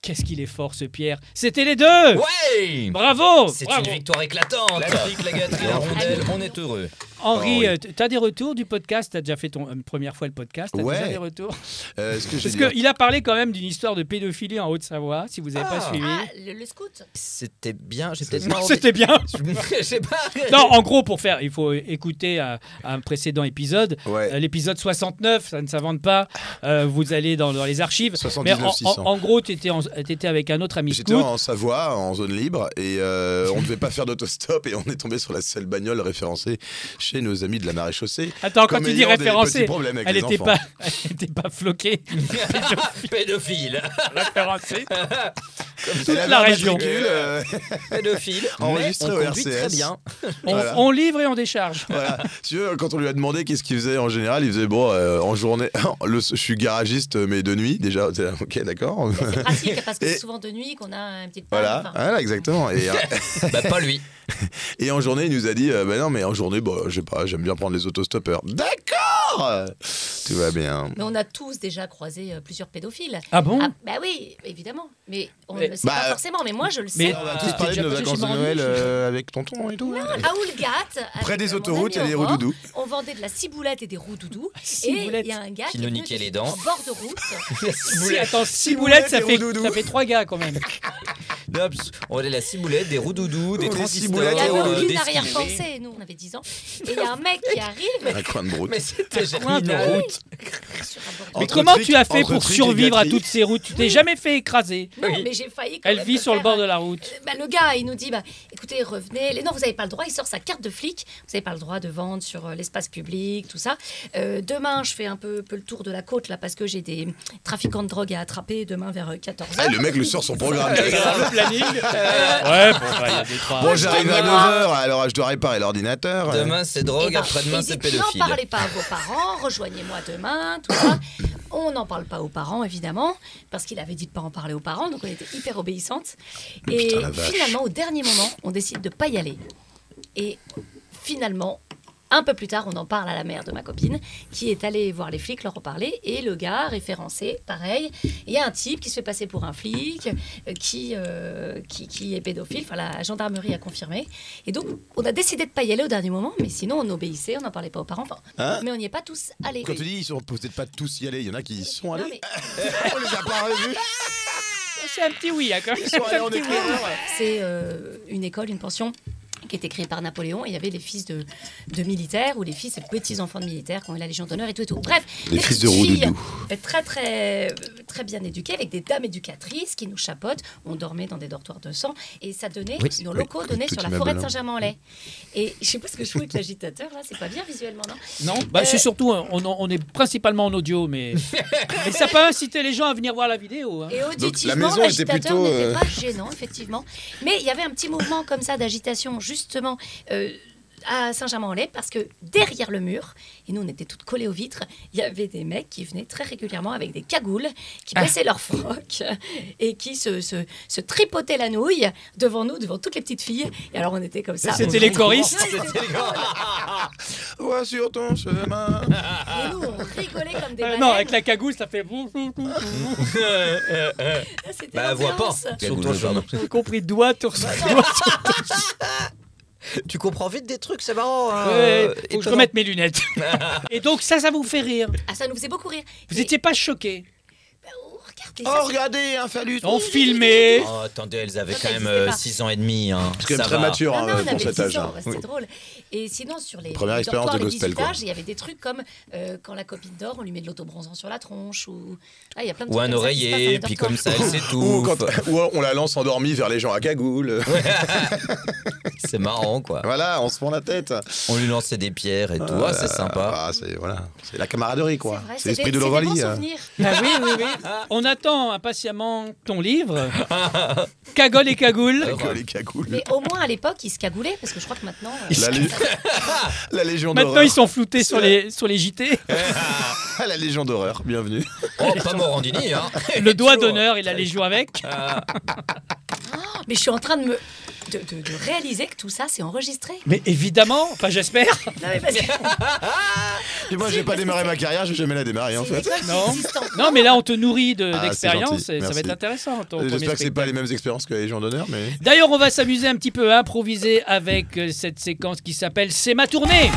[SPEAKER 2] Qu'est-ce qu'il est fort, ce Pierre C'était les deux
[SPEAKER 4] Ouais
[SPEAKER 2] Bravo,
[SPEAKER 4] C'est une
[SPEAKER 2] bravo.
[SPEAKER 4] victoire éclatante. La trick, la gâterie, la rondelle, on est heureux. Ah
[SPEAKER 3] Oh,
[SPEAKER 2] Henri,
[SPEAKER 3] oui.
[SPEAKER 2] euh, t- t'as des retours du podcast T'as déjà fait ton euh, première fois le podcast T'as
[SPEAKER 3] Ouais.
[SPEAKER 2] déjà des retours
[SPEAKER 3] Euh, ce que j'ai
[SPEAKER 2] Parce
[SPEAKER 3] dit.
[SPEAKER 2] qu'il a parlé quand même d'une histoire de pédophilie en Haute-Savoie, si vous n'avez pas
[SPEAKER 4] Ah.
[SPEAKER 2] suivi.
[SPEAKER 1] Ah, le, le scout.
[SPEAKER 4] C'était bien, j'ai peut-être
[SPEAKER 2] Non,
[SPEAKER 4] pas-
[SPEAKER 2] C'était bien.
[SPEAKER 4] Je sais pas.
[SPEAKER 2] Non, en gros, pour faire, il faut écouter euh, un précédent épisode.
[SPEAKER 3] Ouais.
[SPEAKER 2] Euh, L'épisode 69, ça ne s'invente pas. Euh, vous allez dans, dans les archives.
[SPEAKER 3] 79,
[SPEAKER 2] Mais en, en-
[SPEAKER 3] 600.
[SPEAKER 2] en gros, tu étais en- t'étais avec un autre ami
[SPEAKER 3] J'étais
[SPEAKER 2] scout.
[SPEAKER 3] en Savoie, en zone libre, et euh, on ne devait pas faire d'autostop, et on est tombé sur la seule bagnole référencée chez nos amis de la maréchaussée.
[SPEAKER 2] Attends, quand
[SPEAKER 3] Comme
[SPEAKER 2] tu dis
[SPEAKER 3] ayant des petits
[SPEAKER 2] référencée,
[SPEAKER 3] problèmes avec
[SPEAKER 2] elle
[SPEAKER 3] les
[SPEAKER 2] n'était
[SPEAKER 3] enfants.
[SPEAKER 2] pas, elle était pas floquée.
[SPEAKER 4] Pédophile.
[SPEAKER 2] référencée.
[SPEAKER 3] Elle avait
[SPEAKER 2] la
[SPEAKER 3] un
[SPEAKER 2] région.
[SPEAKER 3] matricule, euh,
[SPEAKER 4] Pédophile.
[SPEAKER 3] Enregistré
[SPEAKER 4] mais on
[SPEAKER 3] au
[SPEAKER 4] conduit très
[SPEAKER 3] RCS.
[SPEAKER 4] bien.
[SPEAKER 2] On,
[SPEAKER 3] Voilà.
[SPEAKER 2] on livre et on décharge.
[SPEAKER 3] voilà. Tu vois, quand on lui a demandé qu'est-ce qu'il faisait en général, il faisait bon, euh, en journée, le- je suis garagiste, mais de nuit déjà. T'es là, Ok, d'accord.
[SPEAKER 1] C'est pratique parce que
[SPEAKER 3] Et-
[SPEAKER 1] c'est souvent de nuit qu'on a une petite
[SPEAKER 3] Voilà,
[SPEAKER 1] panne,
[SPEAKER 4] hein.
[SPEAKER 1] enfin,
[SPEAKER 3] voilà, exactement. Et, euh,
[SPEAKER 4] Bah pas lui.
[SPEAKER 3] et en journée, il nous a dit euh, bah non, mais en journée, bah, je sais pas, j'aime bien prendre les autostoppeurs. D'accord Tout va bien.
[SPEAKER 1] Mais on a tous déjà croisé euh, plusieurs pédophiles.
[SPEAKER 2] Ah bon
[SPEAKER 1] Ah, bah oui, évidemment. Mais on ne
[SPEAKER 2] Mais-
[SPEAKER 1] le sait
[SPEAKER 3] Bah,
[SPEAKER 1] pas forcément. Mais moi, je le
[SPEAKER 2] mais-
[SPEAKER 1] sais.
[SPEAKER 3] Ah, On va
[SPEAKER 2] T'es-
[SPEAKER 3] tous
[SPEAKER 2] t'es
[SPEAKER 3] parler
[SPEAKER 2] déjà
[SPEAKER 3] de nos
[SPEAKER 2] passé
[SPEAKER 3] vacances de
[SPEAKER 2] chez Barbie
[SPEAKER 3] Noël euh, avec tonton et tout. Ah,
[SPEAKER 1] À Oulgat,
[SPEAKER 3] Près
[SPEAKER 1] avec
[SPEAKER 3] des
[SPEAKER 1] mon
[SPEAKER 3] autoroutes, il y a
[SPEAKER 1] ami
[SPEAKER 3] des
[SPEAKER 1] Aurore,
[SPEAKER 3] roues doudous.
[SPEAKER 1] On vendait de la ciboulette et des roux doudous. Et
[SPEAKER 2] Ciboulette.
[SPEAKER 1] il y a un gars
[SPEAKER 4] Qui
[SPEAKER 1] est
[SPEAKER 4] nous
[SPEAKER 1] venu
[SPEAKER 4] niquait les
[SPEAKER 1] de-
[SPEAKER 4] dents.
[SPEAKER 1] en bord de route.
[SPEAKER 2] Si, attends, six
[SPEAKER 3] Ciboulette
[SPEAKER 2] boulettes, ça
[SPEAKER 3] et
[SPEAKER 2] fait,
[SPEAKER 3] roudoudou.
[SPEAKER 2] ça fait trois gars quand même.
[SPEAKER 4] Nops, on a la ciboulette, des roudoudous, des
[SPEAKER 3] Des
[SPEAKER 4] transistors,
[SPEAKER 3] ciboulettes
[SPEAKER 1] Il n'y
[SPEAKER 3] et
[SPEAKER 1] avait
[SPEAKER 3] roudoudous.
[SPEAKER 4] euh, des
[SPEAKER 1] aucune
[SPEAKER 4] skis.
[SPEAKER 1] arrière-pensée. Nous, on avait 10 ans. Et il y a un mec qui arrive
[SPEAKER 3] Un coin de broute.
[SPEAKER 4] Mais c'était
[SPEAKER 2] Coin de
[SPEAKER 4] génial.
[SPEAKER 2] route.
[SPEAKER 1] sur un bord de
[SPEAKER 2] Mais
[SPEAKER 3] Entre
[SPEAKER 2] comment
[SPEAKER 3] trucs-
[SPEAKER 2] tu as fait
[SPEAKER 3] entre
[SPEAKER 2] pour
[SPEAKER 3] trucs et
[SPEAKER 2] survivre à
[SPEAKER 3] gâteries.
[SPEAKER 2] toutes ces routes Tu t'es jamais fait écraser.
[SPEAKER 1] Non,
[SPEAKER 4] Oui.
[SPEAKER 1] mais j'ai failli. quand
[SPEAKER 2] Elle
[SPEAKER 1] même
[SPEAKER 2] vit
[SPEAKER 1] me
[SPEAKER 2] sur le
[SPEAKER 1] faire-
[SPEAKER 2] bord de la route.
[SPEAKER 1] Euh, bah, le gars, il nous dit bah, écoutez, revenez. Les- Non, vous n'avez pas le droit. Il sort sa carte de flic. Vous n'avez pas le droit de vendre sur euh, l'espace public, tout ça. Euh, demain, je fais un peu, peu le tour de la côte là parce que j'ai des trafiquants de drogue à attraper demain vers euh,
[SPEAKER 3] Ah,
[SPEAKER 1] 14h.
[SPEAKER 3] le mec lui sort son programme.
[SPEAKER 2] Le
[SPEAKER 3] bah,
[SPEAKER 2] planning. Ouais, bon, bah, il y a des trois.
[SPEAKER 3] Bon, j'arrive à 9h, alors je dois réparer l'ordinateur.
[SPEAKER 4] Demain c'est
[SPEAKER 1] Eh
[SPEAKER 4] drogue, après-demain c'est pédophile.
[SPEAKER 1] ben, N'en parlez pas à vos parents, rejoignez-moi demain, tout ça. On n'en parle pas aux parents, évidemment, parce qu'il avait dit de pas en parler aux parents, donc on était hyper obéissantes.
[SPEAKER 3] Mais
[SPEAKER 1] Et
[SPEAKER 3] putain, la vache.
[SPEAKER 1] finalement, au dernier moment, on décide de pas y aller. Et finalement, un peu plus tard, on en parle à la mère de ma copine, qui est allée voir les flics, leur en parler, et le gars, référencé, pareil, il y a un type qui se fait passer pour un flic, euh, qui, euh, qui, qui est pédophile, enfin la gendarmerie a confirmé. Et donc, on a décidé de pas y aller au dernier moment, mais sinon on obéissait, on n'en parlait pas aux parents, Enfin,
[SPEAKER 3] Hein
[SPEAKER 1] mais on n'y est pas tous allés.
[SPEAKER 3] Quand tu dis ils sont peut-être pas tous y allés, il y en a qui y sont
[SPEAKER 1] Non,
[SPEAKER 3] allés.
[SPEAKER 1] mais
[SPEAKER 3] On les a pas revus.
[SPEAKER 2] C'est un petit oui, hein, quand même.
[SPEAKER 3] Ils sont allés en éclaireur.
[SPEAKER 1] c'est euh, une école, une pension qui était créée par Napoléon, et il y avait les fils de, de militaires ou les fils et petits-enfants de militaires qui ont eu la Légion d'honneur et tout et tout. Bref,
[SPEAKER 3] Les
[SPEAKER 1] des
[SPEAKER 3] fils de
[SPEAKER 1] petites
[SPEAKER 3] Roudoudou.
[SPEAKER 1] filles, euh, Très, très, euh, très bien éduquées, avec des dames éducatrices qui nous chapotent. On dormait dans des dortoirs de sang et ça donnait,
[SPEAKER 3] Oui,
[SPEAKER 1] nos
[SPEAKER 3] oui,
[SPEAKER 1] locaux
[SPEAKER 3] le
[SPEAKER 1] donnaient
[SPEAKER 3] petit
[SPEAKER 1] sur la
[SPEAKER 3] immeuble,
[SPEAKER 1] forêt de
[SPEAKER 3] hein.
[SPEAKER 1] Saint-Germain-en-Laye. Et je sais pas ce que je fous avec l'agitateur, là, c'est pas bien visuellement, non
[SPEAKER 2] Non, bah, c'est surtout, euh, on, on est principalement en audio, mais, mais ça peut inciter les gens à venir voir la vidéo. hein.
[SPEAKER 1] Et auditivement,
[SPEAKER 3] la maison était
[SPEAKER 1] l'agitateur
[SPEAKER 3] plutôt,
[SPEAKER 1] n'était
[SPEAKER 3] euh,
[SPEAKER 1] pas gênant, effectivement. Mais il y avait un petit mouvement comme ça d'agitation, justement, euh, à Saint-Germain-en-Laye, parce que derrière le mur, et nous on était toutes collées aux vitres, il y avait des mecs qui venaient très régulièrement avec des cagoules, qui
[SPEAKER 2] Ah.
[SPEAKER 1] baissaient leur froc et qui se, se- se tripotaient la nouille devant nous, devant toutes les petites filles. Et alors on était comme ça.
[SPEAKER 2] C'était les choristes.
[SPEAKER 3] Vois sur ton chemin.
[SPEAKER 1] Et nous on rigolait comme des
[SPEAKER 2] Euh,
[SPEAKER 1] baleines.
[SPEAKER 2] non, avec la cagoule, ça fait. boum, boum, boum.
[SPEAKER 1] C'était
[SPEAKER 4] Bah elle voit pas.
[SPEAKER 1] l'ambiance.
[SPEAKER 4] Sur ton chemin.
[SPEAKER 2] Y compris doigt, torse, doigt.
[SPEAKER 4] Tu comprends vite des trucs, c'est marrant. hein.
[SPEAKER 2] Ah, Ouais,
[SPEAKER 4] Euh,
[SPEAKER 2] faut que je
[SPEAKER 4] étonnant.
[SPEAKER 2] remette mes lunettes. Et donc, ça, ça vous fait rire.
[SPEAKER 1] Ah, ça nous faisait beaucoup rire.
[SPEAKER 2] Vous
[SPEAKER 1] Et-
[SPEAKER 2] n'étiez pas choqués.
[SPEAKER 1] Oh, regardez, ça,
[SPEAKER 3] Oh, regardez, un phallus.
[SPEAKER 2] On filmait.
[SPEAKER 4] Oh, attendez, elles avaient
[SPEAKER 1] Ça,
[SPEAKER 4] quand
[SPEAKER 1] ça
[SPEAKER 4] même
[SPEAKER 1] existait pas.
[SPEAKER 4] 6 ans et demi. Hein.
[SPEAKER 3] C'est
[SPEAKER 4] Ça
[SPEAKER 3] quand même très
[SPEAKER 4] va.
[SPEAKER 3] mature
[SPEAKER 1] Ah Non,
[SPEAKER 3] hein,
[SPEAKER 1] non, on
[SPEAKER 3] pour
[SPEAKER 1] avait
[SPEAKER 3] cet
[SPEAKER 1] 10
[SPEAKER 3] âge.
[SPEAKER 1] ans,
[SPEAKER 3] hein.
[SPEAKER 1] c'était drôle. Et sinon, sur les
[SPEAKER 3] Première
[SPEAKER 1] les
[SPEAKER 3] expérience
[SPEAKER 1] dortoirs,
[SPEAKER 3] de
[SPEAKER 1] les
[SPEAKER 3] gospel, quoi.
[SPEAKER 1] visitages, il y avait des trucs comme euh, quand la copine dort, on lui met de l'autobronzant sur la tronche ou ah, il y a plein de
[SPEAKER 4] Ou
[SPEAKER 1] trucs
[SPEAKER 4] un
[SPEAKER 1] comme ça qui se
[SPEAKER 4] oreiller,
[SPEAKER 1] passent
[SPEAKER 4] puis
[SPEAKER 1] dans les
[SPEAKER 4] comme ça, elle
[SPEAKER 1] dortoirs.
[SPEAKER 4] sait tout.
[SPEAKER 3] Ou, quand, ou on la lance endormie vers les gens à cagoule.
[SPEAKER 4] C'est marrant, quoi.
[SPEAKER 3] voilà, on se prend la tête.
[SPEAKER 4] On lui lançait des pierres et tout. Ah, c'est sympa.
[SPEAKER 3] Ah, c'est voilà, c'est la camaraderie quoi.
[SPEAKER 1] C'est vrai,
[SPEAKER 3] C'est l'esprit
[SPEAKER 1] des-
[SPEAKER 3] de
[SPEAKER 1] c'est des
[SPEAKER 3] l'Ovalie.
[SPEAKER 1] bons
[SPEAKER 3] hein.
[SPEAKER 1] souvenirs.
[SPEAKER 2] Ah oui, oui, oui. On attend impatiemment ton livre. Cagole et cagoule.
[SPEAKER 3] Que euh, les cagoules.
[SPEAKER 1] Mais au moins à l'époque, ils se cagoulaient parce que je crois que maintenant. euh,
[SPEAKER 3] La, lé- la Légion
[SPEAKER 2] Maintenant, ils
[SPEAKER 3] d'horreur.
[SPEAKER 2] sont floutés sur les, sur les JT.
[SPEAKER 3] la Légion d'horreur, bienvenue.
[SPEAKER 4] Oh, pas Morandini, hein.
[SPEAKER 2] Ah. Le doigt d'honneur, il a les joues avec.
[SPEAKER 1] Mais je suis en train de me de, de- de réaliser que tout ça, c'est enregistré.
[SPEAKER 2] Mais évidemment, enfin, j'espère.
[SPEAKER 1] Non mais parce que
[SPEAKER 3] Et moi,
[SPEAKER 1] Si,
[SPEAKER 3] j'ai pas
[SPEAKER 1] parce que
[SPEAKER 3] démarré
[SPEAKER 1] c'est-
[SPEAKER 3] ma carrière, j'ai jamais la démarré en
[SPEAKER 1] c'est une
[SPEAKER 3] fait.
[SPEAKER 1] école qui
[SPEAKER 2] Non.
[SPEAKER 1] existe encore.
[SPEAKER 2] Non, mais là, on te nourrit de-
[SPEAKER 3] Ah, c'est
[SPEAKER 2] d'expérience
[SPEAKER 3] gentil,
[SPEAKER 2] et ça va
[SPEAKER 3] merci.
[SPEAKER 2] être intéressant. ton premier
[SPEAKER 3] J'espère que c'est
[SPEAKER 2] spectacle.
[SPEAKER 3] pas les mêmes expériences que la Légion d'honneur, mais.
[SPEAKER 2] D'ailleurs, on va s'amuser un petit peu à improviser avec euh, cette séquence qui s'appelle C'est ma tournée.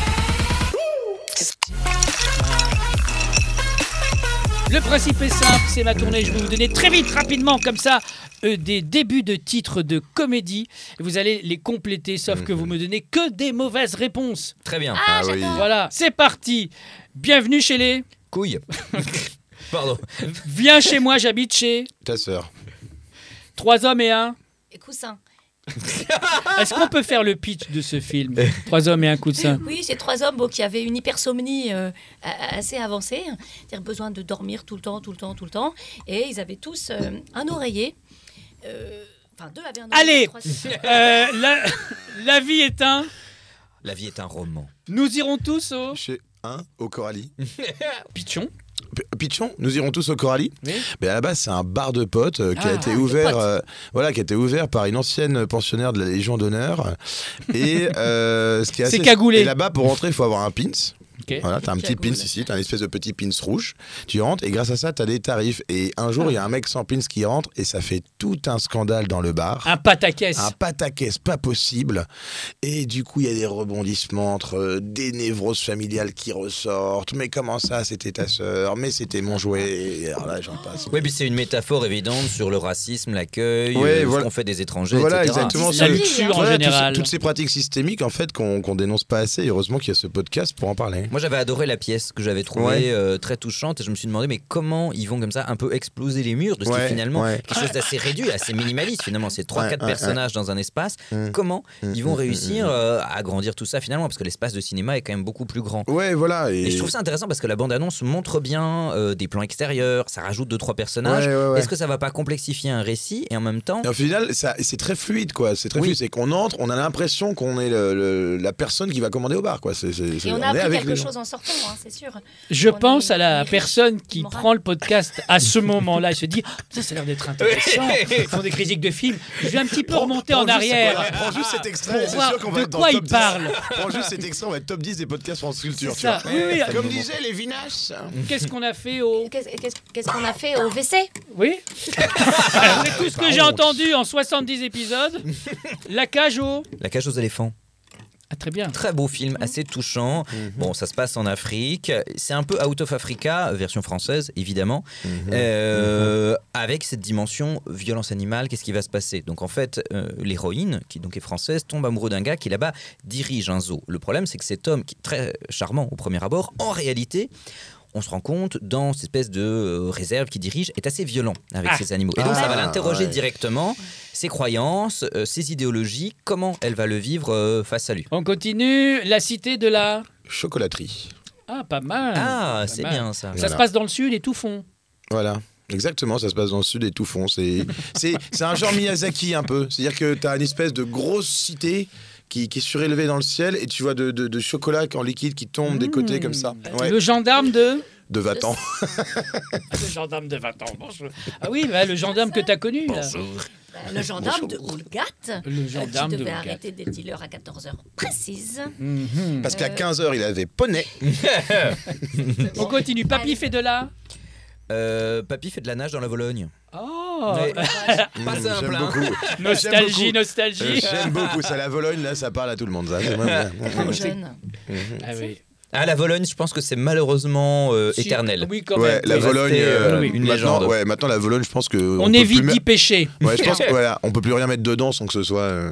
[SPEAKER 2] Le principe est simple, c'est ma tournée. Je vais vous donner très vite, rapidement, comme ça, euh, des débuts de titres de comédie. Vous allez les compléter, sauf que vous
[SPEAKER 3] Mhm.
[SPEAKER 2] me donnez que des mauvaises réponses.
[SPEAKER 4] Très bien.
[SPEAKER 1] Ah,
[SPEAKER 3] Ah oui.
[SPEAKER 1] j'adore.
[SPEAKER 2] Voilà, c'est parti. Bienvenue chez les.
[SPEAKER 4] Couille. Pardon.
[SPEAKER 2] Viens chez moi, j'habite chez.
[SPEAKER 3] Ta sœur.
[SPEAKER 2] Trois hommes et un.
[SPEAKER 1] Et coussin.
[SPEAKER 2] Est-ce qu'on peut faire le pitch de ce film Trois hommes et un coussin.
[SPEAKER 1] Oui, c'est trois hommes bon, qui avaient une hypersomnie euh, a- assez avancée, c'est-à-dire besoin de dormir tout le temps, tout le temps, tout le temps. Et ils avaient tous euh, un oreiller. Euh, Enfin, deux avaient un oreiller.
[SPEAKER 2] Allez
[SPEAKER 1] trois-
[SPEAKER 2] Euh, la, la vie est un.
[SPEAKER 4] La vie est un roman.
[SPEAKER 2] Nous irons tous au
[SPEAKER 3] Chez un hein, au Coralie.
[SPEAKER 2] Pichon.
[SPEAKER 3] P- Pichon, nous irons tous au Coralie.
[SPEAKER 2] Oui.
[SPEAKER 3] Mais à la base, c'est un bar de potes euh, qui
[SPEAKER 2] Ah,
[SPEAKER 3] a été
[SPEAKER 1] ah, des
[SPEAKER 3] ouvert,
[SPEAKER 1] potes.
[SPEAKER 3] euh, voilà, qui a été ouvert par une ancienne pensionnaire de la Légion d'honneur. Et euh, ce qui est
[SPEAKER 2] C'est
[SPEAKER 3] assez-
[SPEAKER 2] cagoulé.
[SPEAKER 3] Et là-bas, pour rentrer, il faut avoir un pins.
[SPEAKER 2] Ok.
[SPEAKER 3] Voilà, t'as un petit pins
[SPEAKER 1] Cagoule.
[SPEAKER 3] ici, t'as un espèce de petit pins rouge. Tu rentres et grâce à ça, t'as des tarifs. Et un jour, il y a un mec sans pins qui rentre et ça fait tout un scandale dans le bar
[SPEAKER 2] Un pataquès.
[SPEAKER 3] un pataquès pas possible. Et du coup, il y a des rebondissements entre euh, des névroses familiales qui ressortent. Mais comment ça, c'était ta sœur Mais c'était mon jouet. Et alors là, j'en passe.
[SPEAKER 4] Oui, puis c'est une métaphore évidente sur le racisme, l'accueil,
[SPEAKER 3] Ouais,
[SPEAKER 4] euh,
[SPEAKER 3] voilà.
[SPEAKER 4] ce qu'on fait des étrangers,
[SPEAKER 3] Voilà,
[SPEAKER 4] etc.
[SPEAKER 3] exactement.
[SPEAKER 1] La
[SPEAKER 3] ce-
[SPEAKER 2] hein.
[SPEAKER 1] luxure, en
[SPEAKER 3] voilà, tout ce-
[SPEAKER 2] général.
[SPEAKER 3] toutes ces pratiques systémiques, en fait, qu'on qu'on dénonce pas assez. Et heureusement qu'il y a ce podcast pour en parler.
[SPEAKER 4] Moi, j'avais adoré la pièce que j'avais trouvée
[SPEAKER 3] Ouais.
[SPEAKER 4] euh, très touchante et je me suis demandé, mais comment ils vont comme ça un peu exploser les murs de ce qui
[SPEAKER 3] Ouais,
[SPEAKER 4] est finalement
[SPEAKER 3] ouais.
[SPEAKER 4] quelque chose d'assez réduit, assez minimaliste finalement. C'est
[SPEAKER 3] Ouais,
[SPEAKER 4] 3-4
[SPEAKER 3] ouais, Mmh.
[SPEAKER 4] personnages dans un espace. Comment ils vont réussir euh, à agrandir tout ça finalement Parce que l'espace de cinéma est quand même beaucoup plus grand.
[SPEAKER 3] Ouais, voilà.
[SPEAKER 4] Et je trouve ça intéressant parce que la bande-annonce montre bien euh, des plans extérieurs, ça rajoute deux trois personnages.
[SPEAKER 3] Ouais, ouais, ouais.
[SPEAKER 4] Est-ce que ça va pas complexifier un récit et en même temps
[SPEAKER 3] Et au final, ça- c'est très fluide, quoi. C'est très
[SPEAKER 4] Oui.
[SPEAKER 3] fluide. C'est qu'on entre, on a l'impression qu'on est le- le- la personne qui va commander au bar, quoi. C'est- c'est- c'est-
[SPEAKER 1] Et on
[SPEAKER 3] on est
[SPEAKER 1] a appris
[SPEAKER 3] avec
[SPEAKER 1] quelque
[SPEAKER 3] les gens.
[SPEAKER 1] chose en sortant, hein, c'est sûr.
[SPEAKER 2] Je
[SPEAKER 1] On est-
[SPEAKER 2] pense à
[SPEAKER 1] on
[SPEAKER 2] la
[SPEAKER 1] est riche,
[SPEAKER 2] personne qui
[SPEAKER 1] moral.
[SPEAKER 2] prend le podcast à ce moment-là et se dit Ah, ça, ça a l'air d'être intéressant. Ils font des critiques de films. Oh, Je vais un petit peu
[SPEAKER 3] Prends-
[SPEAKER 2] remonter
[SPEAKER 3] prends
[SPEAKER 2] en
[SPEAKER 3] juste-
[SPEAKER 2] arrière.
[SPEAKER 3] voilà, prends juste cet extrait,
[SPEAKER 2] Pour
[SPEAKER 3] c'est
[SPEAKER 2] voir
[SPEAKER 3] sûr qu'on va
[SPEAKER 2] de
[SPEAKER 3] être dans
[SPEAKER 2] quoi
[SPEAKER 3] le
[SPEAKER 2] il
[SPEAKER 3] top 10.
[SPEAKER 2] parle.
[SPEAKER 3] Prends juste cet extrait, on va être top 10 des podcasts France Culture.
[SPEAKER 2] C'est
[SPEAKER 3] tu vois.
[SPEAKER 2] ça. Oui, oui.
[SPEAKER 3] Comme disait les Vinaches.
[SPEAKER 2] Qu'est-ce qu'on a fait au.
[SPEAKER 1] Qu'est-ce qu'est-ce- qu'est-ce qu'on a fait au WC
[SPEAKER 2] Oui Après tout ce que j'ai entendu en 70 épisodes, la cage au.
[SPEAKER 4] La cage aux éléphants.
[SPEAKER 2] Ah, très bien.
[SPEAKER 4] Très beau film, assez touchant. Bon, ça se passe en Afrique. C'est un peu Out of Africa, version française, évidemment. Euh, Avec cette dimension violence animale, qu'est-ce qui va se passer Donc, en fait, euh, l'héroïne, qui donc est française, tombe amoureux d'un gars qui, là-bas, dirige un zoo. Le problème, c'est que cet homme, qui est très charmant au premier abord, en réalité... On se rend compte, dans cette espèce de euh, réserve qui dirige, est assez violent avec
[SPEAKER 2] Ah.
[SPEAKER 4] ses animaux. Et donc,
[SPEAKER 3] Ah,
[SPEAKER 4] ça va l'interroger
[SPEAKER 3] ouais.
[SPEAKER 4] directement, ses croyances, euh, ses idéologies, comment elle va le vivre euh, face à lui.
[SPEAKER 2] On continue. La cité de la.
[SPEAKER 3] Chocolaterie.
[SPEAKER 2] Ah, pas mal.
[SPEAKER 4] Ah,
[SPEAKER 2] Pas
[SPEAKER 4] c'est
[SPEAKER 2] mal.
[SPEAKER 4] bien ça.
[SPEAKER 2] Ça
[SPEAKER 3] Voilà.
[SPEAKER 2] se passe dans le sud et tout fond.
[SPEAKER 3] Voilà. Exactement, ça se passe dans le sud et tout fond. C'est c'est- c'est un genre Miyazaki un peu. C'est-à-dire que tu as une espèce de grosse cité qui, qui est surélevée dans le ciel et tu vois de, de- de chocolat en liquide qui tombe des côtés comme ça. Ouais,
[SPEAKER 2] Le gendarme de.
[SPEAKER 3] De Vatan.
[SPEAKER 2] Le gendarme de 20 ans. bonjour. Ah oui, bah, le gendarme que t'as connu. Là.
[SPEAKER 1] Bah, Le gendarme de Houlgat.
[SPEAKER 2] Le gendarme
[SPEAKER 1] qui
[SPEAKER 2] de
[SPEAKER 1] devait
[SPEAKER 2] Houlgat.
[SPEAKER 1] arrêter des dealers à 14h précise.
[SPEAKER 2] Mhm.
[SPEAKER 3] Parce qu'à 15h, il avait poney.
[SPEAKER 2] On continue. Papy fait de la.
[SPEAKER 4] Euh, papy fait de la nage dans la Vologne.
[SPEAKER 2] Oh
[SPEAKER 4] Ouais. Pas simple,
[SPEAKER 3] Mmh, J'aime
[SPEAKER 4] hein.
[SPEAKER 3] beaucoup.
[SPEAKER 2] Nostalgie,
[SPEAKER 3] J'aime beaucoup. Euh,
[SPEAKER 2] nostalgie.
[SPEAKER 3] J'aime beaucoup. Ça, la Vologne, là, ça parle à tout le monde. Ça. C'est vraiment-
[SPEAKER 1] Trop jeune.
[SPEAKER 2] Ah oui.
[SPEAKER 4] Ah, la Vologne, je pense que c'est malheureusement euh,
[SPEAKER 2] Si-
[SPEAKER 4] éternel.
[SPEAKER 2] Oui, quand
[SPEAKER 3] Ouais,
[SPEAKER 2] même.
[SPEAKER 3] la
[SPEAKER 4] C'est
[SPEAKER 3] Vologne,
[SPEAKER 4] resté, euh,
[SPEAKER 3] euh,
[SPEAKER 4] une
[SPEAKER 3] maintenant,
[SPEAKER 4] légende.
[SPEAKER 3] ouais, maintenant la Vologne, je pense que
[SPEAKER 2] On
[SPEAKER 3] peut
[SPEAKER 2] évite
[SPEAKER 3] plus me- Ah,
[SPEAKER 2] d'y pêcher.
[SPEAKER 3] Ouais, je pense que voilà, on peut plus rien mettre dedans sans que ce soit. euh,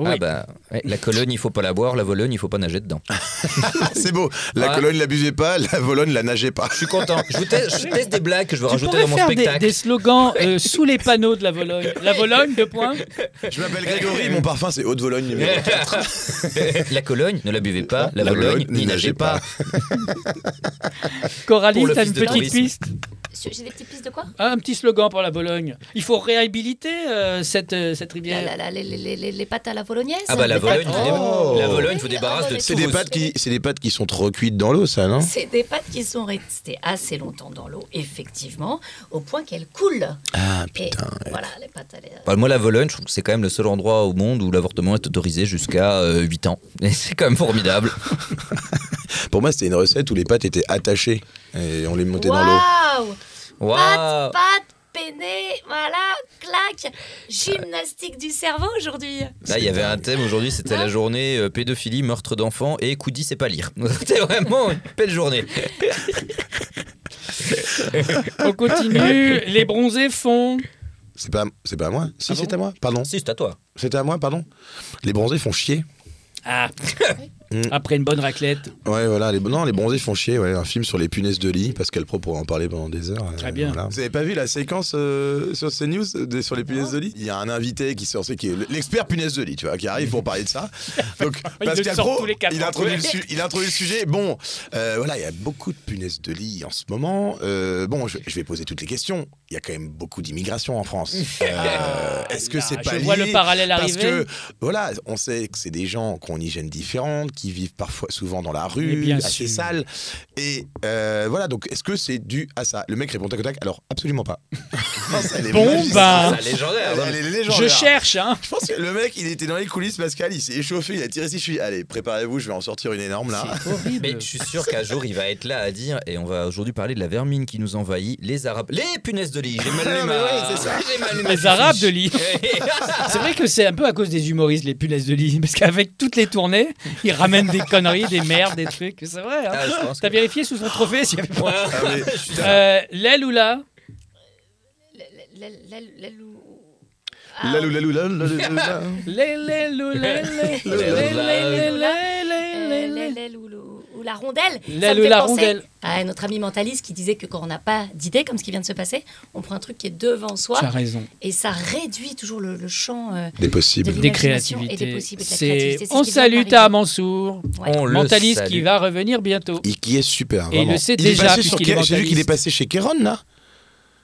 [SPEAKER 4] Ah
[SPEAKER 2] Oui.
[SPEAKER 4] bah, ouais, la Cologne, il faut pas la boire, la Vologne, il faut pas nager dedans.
[SPEAKER 3] Ah, c'est beau. La
[SPEAKER 4] Ouais.
[SPEAKER 3] Cologne l'abusez pas, la Vologne la nagez pas.
[SPEAKER 4] Je suis content. Je, vous teste, je teste des blagues que je vais
[SPEAKER 2] Tu
[SPEAKER 4] rajouter
[SPEAKER 2] pourrais
[SPEAKER 4] dans mon
[SPEAKER 2] faire des,
[SPEAKER 4] spectacle.
[SPEAKER 2] des slogans euh, sous les panneaux de la Vologne. La Vologne, deux points.
[SPEAKER 3] Je m'appelle Grégory, mon parfum c'est Haute Vologne numéro quatre.
[SPEAKER 4] La Cologne, ne la buvez pas, la,
[SPEAKER 3] La
[SPEAKER 4] Vologne,
[SPEAKER 3] Vologne,
[SPEAKER 4] n'y nagez pas.
[SPEAKER 2] Coralie,
[SPEAKER 4] Pour le
[SPEAKER 2] t'as une
[SPEAKER 4] fils de
[SPEAKER 2] petite
[SPEAKER 4] tourisme.
[SPEAKER 2] piste
[SPEAKER 1] J'ai des petites pistes de quoi
[SPEAKER 2] Ah, Un petit slogan pour la Vologne. Il faut réhabiliter euh, cette, euh, cette
[SPEAKER 1] La-
[SPEAKER 2] rivière.
[SPEAKER 1] la- la- les, les- les- les pâtes à la bolognaise
[SPEAKER 4] Ah bah, la
[SPEAKER 1] Les
[SPEAKER 4] Vologne,
[SPEAKER 1] pâtes-
[SPEAKER 4] vous dé-
[SPEAKER 3] Oh.
[SPEAKER 4] la Vologne, vous débarrasse de
[SPEAKER 1] C'est
[SPEAKER 3] C'est
[SPEAKER 4] tous
[SPEAKER 3] des
[SPEAKER 4] vos-
[SPEAKER 3] pâtes qui, c'est des pâtes qui sont trop cuites dans l'eau, ça, non
[SPEAKER 1] C'est des pâtes qui sont restées assez longtemps dans l'eau, effectivement, au point qu'elles coulent.
[SPEAKER 3] Ah
[SPEAKER 1] Et
[SPEAKER 3] putain.
[SPEAKER 1] voilà, les pâtes à la...
[SPEAKER 4] Bah, moi, la Vologne, je trouve que c'est quand même le seul endroit au monde où l'avortement est autorisé jusqu'à euh, 8 ans. Et c'est quand même formidable.
[SPEAKER 3] Pour moi, c'était une recette où les pâtes étaient attachées et on les montait dans l'eau.
[SPEAKER 1] Waouh
[SPEAKER 4] Waouh
[SPEAKER 1] Pâtes, pâtes, peinées, voilà, claque Gymnastique du cerveau aujourd'hui
[SPEAKER 4] Là, il y avait un thème aujourd'hui, c'était la journée euh, pédophilie, meurtre d'enfants et Coudi, c'est pas lire. c'était vraiment une belle journée.
[SPEAKER 2] On continue. Les bronzés font.
[SPEAKER 3] C'est pas, c'est pas à moi. Si
[SPEAKER 2] Ah bon
[SPEAKER 3] c'est à moi. Pardon.
[SPEAKER 4] Si, c'est à toi.
[SPEAKER 3] C'était à moi, pardon. Les bronzés font chier.
[SPEAKER 2] Ah.
[SPEAKER 3] Mm.
[SPEAKER 2] Après une bonne raclette.
[SPEAKER 3] Ouais, voilà, les, non, les bronzés font chier, ouais, un film sur les punaises de lit, Pascal Pro pourrait en parler pendant des heures. euh,
[SPEAKER 2] Très bien.
[SPEAKER 3] voilà. Vous avez pas vu la séquence euh, sur CNews des- sur les punaises de lit Il y a un invité qui sort, c'est qui est l'expert punaise de lit, tu vois, qui arrive pour parler de ça. Donc
[SPEAKER 2] le
[SPEAKER 3] Pascal
[SPEAKER 2] sort
[SPEAKER 3] Pro,
[SPEAKER 2] tous les quatre
[SPEAKER 3] il
[SPEAKER 2] ans.
[SPEAKER 3] introduit, le su- il introduit le sujet. Bon, euh, voilà, il y a beaucoup de punaises de lit en ce moment. Euh, bon, je, je vais poser toutes les questions. Il y a quand même beaucoup d'immigration en France. Euh, Est-ce que
[SPEAKER 2] là,
[SPEAKER 3] c'est
[SPEAKER 2] Ah, je
[SPEAKER 3] pas
[SPEAKER 2] vois
[SPEAKER 3] lié
[SPEAKER 2] le parallèle
[SPEAKER 3] Parce
[SPEAKER 2] arriver.
[SPEAKER 3] que voilà, on sait que c'est des gens qui ont une hygiène différente, qui vivent parfois souvent dans la
[SPEAKER 2] Mais
[SPEAKER 3] rue,
[SPEAKER 2] bien
[SPEAKER 3] assez
[SPEAKER 2] sûr.
[SPEAKER 3] sales. Et euh, voilà, donc est-ce que c'est dû à ça Le mec répond tac au tac, alors absolument pas. Non, ça, elle est
[SPEAKER 2] Bon,
[SPEAKER 3] magistrale.
[SPEAKER 2] bah.
[SPEAKER 4] Ah, légendaire.
[SPEAKER 3] Elle est légendaire.
[SPEAKER 2] Je cherche, hein.
[SPEAKER 3] Je pense que le mec, il était dans les coulisses, Pascal, il s'est échauffé, il a tiré ses chevilles. Allez, préparez-vous, je vais en sortir une énorme là.
[SPEAKER 4] Mais je suis sûr qu'un jour il va être là à dire et on va aujourd'hui parler de la vermine qui nous envahit, les arabes, les punaises de lit. J'ai mal
[SPEAKER 3] Ah,
[SPEAKER 4] lu
[SPEAKER 3] mais
[SPEAKER 4] ma-
[SPEAKER 3] ouais, c'est ça.
[SPEAKER 4] J'ai mal lu ma
[SPEAKER 2] Les
[SPEAKER 4] fiche.
[SPEAKER 2] Arabes de lit. C'est vrai que c'est un peu à cause des humoristes, les punaises de lit. Parce qu'avec toutes les tournées, ils ramènent des conneries, des merdes, des trucs. C'est vrai. Hein.
[SPEAKER 4] Ah, je pense que-
[SPEAKER 2] T'as vérifié sous son trophée s'il y avait pas.
[SPEAKER 3] Ah, mais-
[SPEAKER 2] Euh, l'aile ou là
[SPEAKER 3] Lalou, lalou, lalou, lalou, lalou, lalou.
[SPEAKER 2] L'aile, l'aile ou l'aile, l'aile, l'aile, l'aile, l'aile, l'aile, l'aile.
[SPEAKER 1] L'aile ou, le- ou la rondelle.
[SPEAKER 2] L'aile
[SPEAKER 1] ça me
[SPEAKER 2] ou
[SPEAKER 1] fait
[SPEAKER 2] la
[SPEAKER 1] penser
[SPEAKER 2] rondelle.
[SPEAKER 1] À notre ami mentaliste qui disait que quand on n'a pas d'idée, comme ce qui vient de se passer, on prend un truc qui est devant soi
[SPEAKER 2] Tu as raison.
[SPEAKER 1] et ça réduit toujours le, le champ. euh,
[SPEAKER 3] Des possibles.
[SPEAKER 1] De
[SPEAKER 2] Des
[SPEAKER 1] L'imagination
[SPEAKER 2] créativités.
[SPEAKER 1] et des possibles, de la
[SPEAKER 2] C'est-
[SPEAKER 1] créativité, c'est ce
[SPEAKER 2] On
[SPEAKER 1] qui vient
[SPEAKER 2] salue
[SPEAKER 1] d'arriver.
[SPEAKER 2] ta Mansour,
[SPEAKER 1] ouais.
[SPEAKER 4] On le
[SPEAKER 2] mentaliste
[SPEAKER 4] salue.
[SPEAKER 2] qui va revenir bientôt.
[SPEAKER 3] Et qui est super.
[SPEAKER 2] Et il
[SPEAKER 3] vraiment.
[SPEAKER 2] le sait
[SPEAKER 3] est
[SPEAKER 2] déjà,
[SPEAKER 3] passé sur
[SPEAKER 2] puisqu'il est
[SPEAKER 3] Ke- J'ai vu qu'il est
[SPEAKER 2] mentaliste.
[SPEAKER 3] passé chez Kéron là.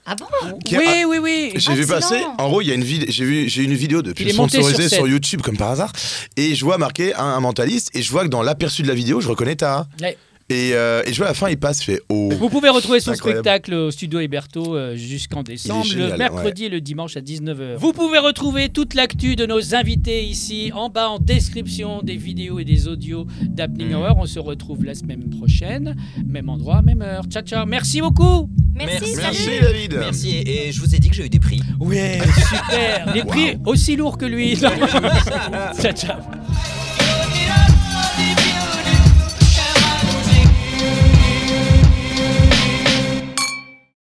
[SPEAKER 1] Ah bon
[SPEAKER 3] Qui a-
[SPEAKER 2] Oui, oui, oui.
[SPEAKER 3] J'ai
[SPEAKER 1] Ah,
[SPEAKER 3] vu passer.
[SPEAKER 1] excellent.
[SPEAKER 3] En gros, il y a une vidéo. J'ai vu. J'ai une vidéo de
[SPEAKER 2] est
[SPEAKER 3] Pulsion
[SPEAKER 2] monté sur
[SPEAKER 3] autorisée sur,
[SPEAKER 2] scène.
[SPEAKER 3] YouTube comme par hasard. Et je vois marqué un, un mentaliste. Et je vois que dans l'aperçu de la vidéo, je reconnais ta.
[SPEAKER 2] Ouais.
[SPEAKER 3] Et, euh, et je vois à la fin, il passe. Je fais oh.
[SPEAKER 2] Vous pouvez retrouver son
[SPEAKER 3] Incroyable.
[SPEAKER 2] spectacle au studio Héberto euh, jusqu'en décembre,
[SPEAKER 3] génial,
[SPEAKER 2] le mercredi et le dimanche à 19h. Vous pouvez retrouver toute l'actu de nos invités ici en bas en description des vidéos et des audios d'Happening
[SPEAKER 4] Mm.
[SPEAKER 2] Hour. On se retrouve la semaine prochaine, même endroit, même heure. Ciao, ciao. Merci beaucoup.
[SPEAKER 1] Merci, salut.
[SPEAKER 3] Merci David.
[SPEAKER 4] Merci et et je vous ai dit que j'ai eu des prix.
[SPEAKER 2] Ouais, super. Les prix aussi lourds que lui. ciao, ciao.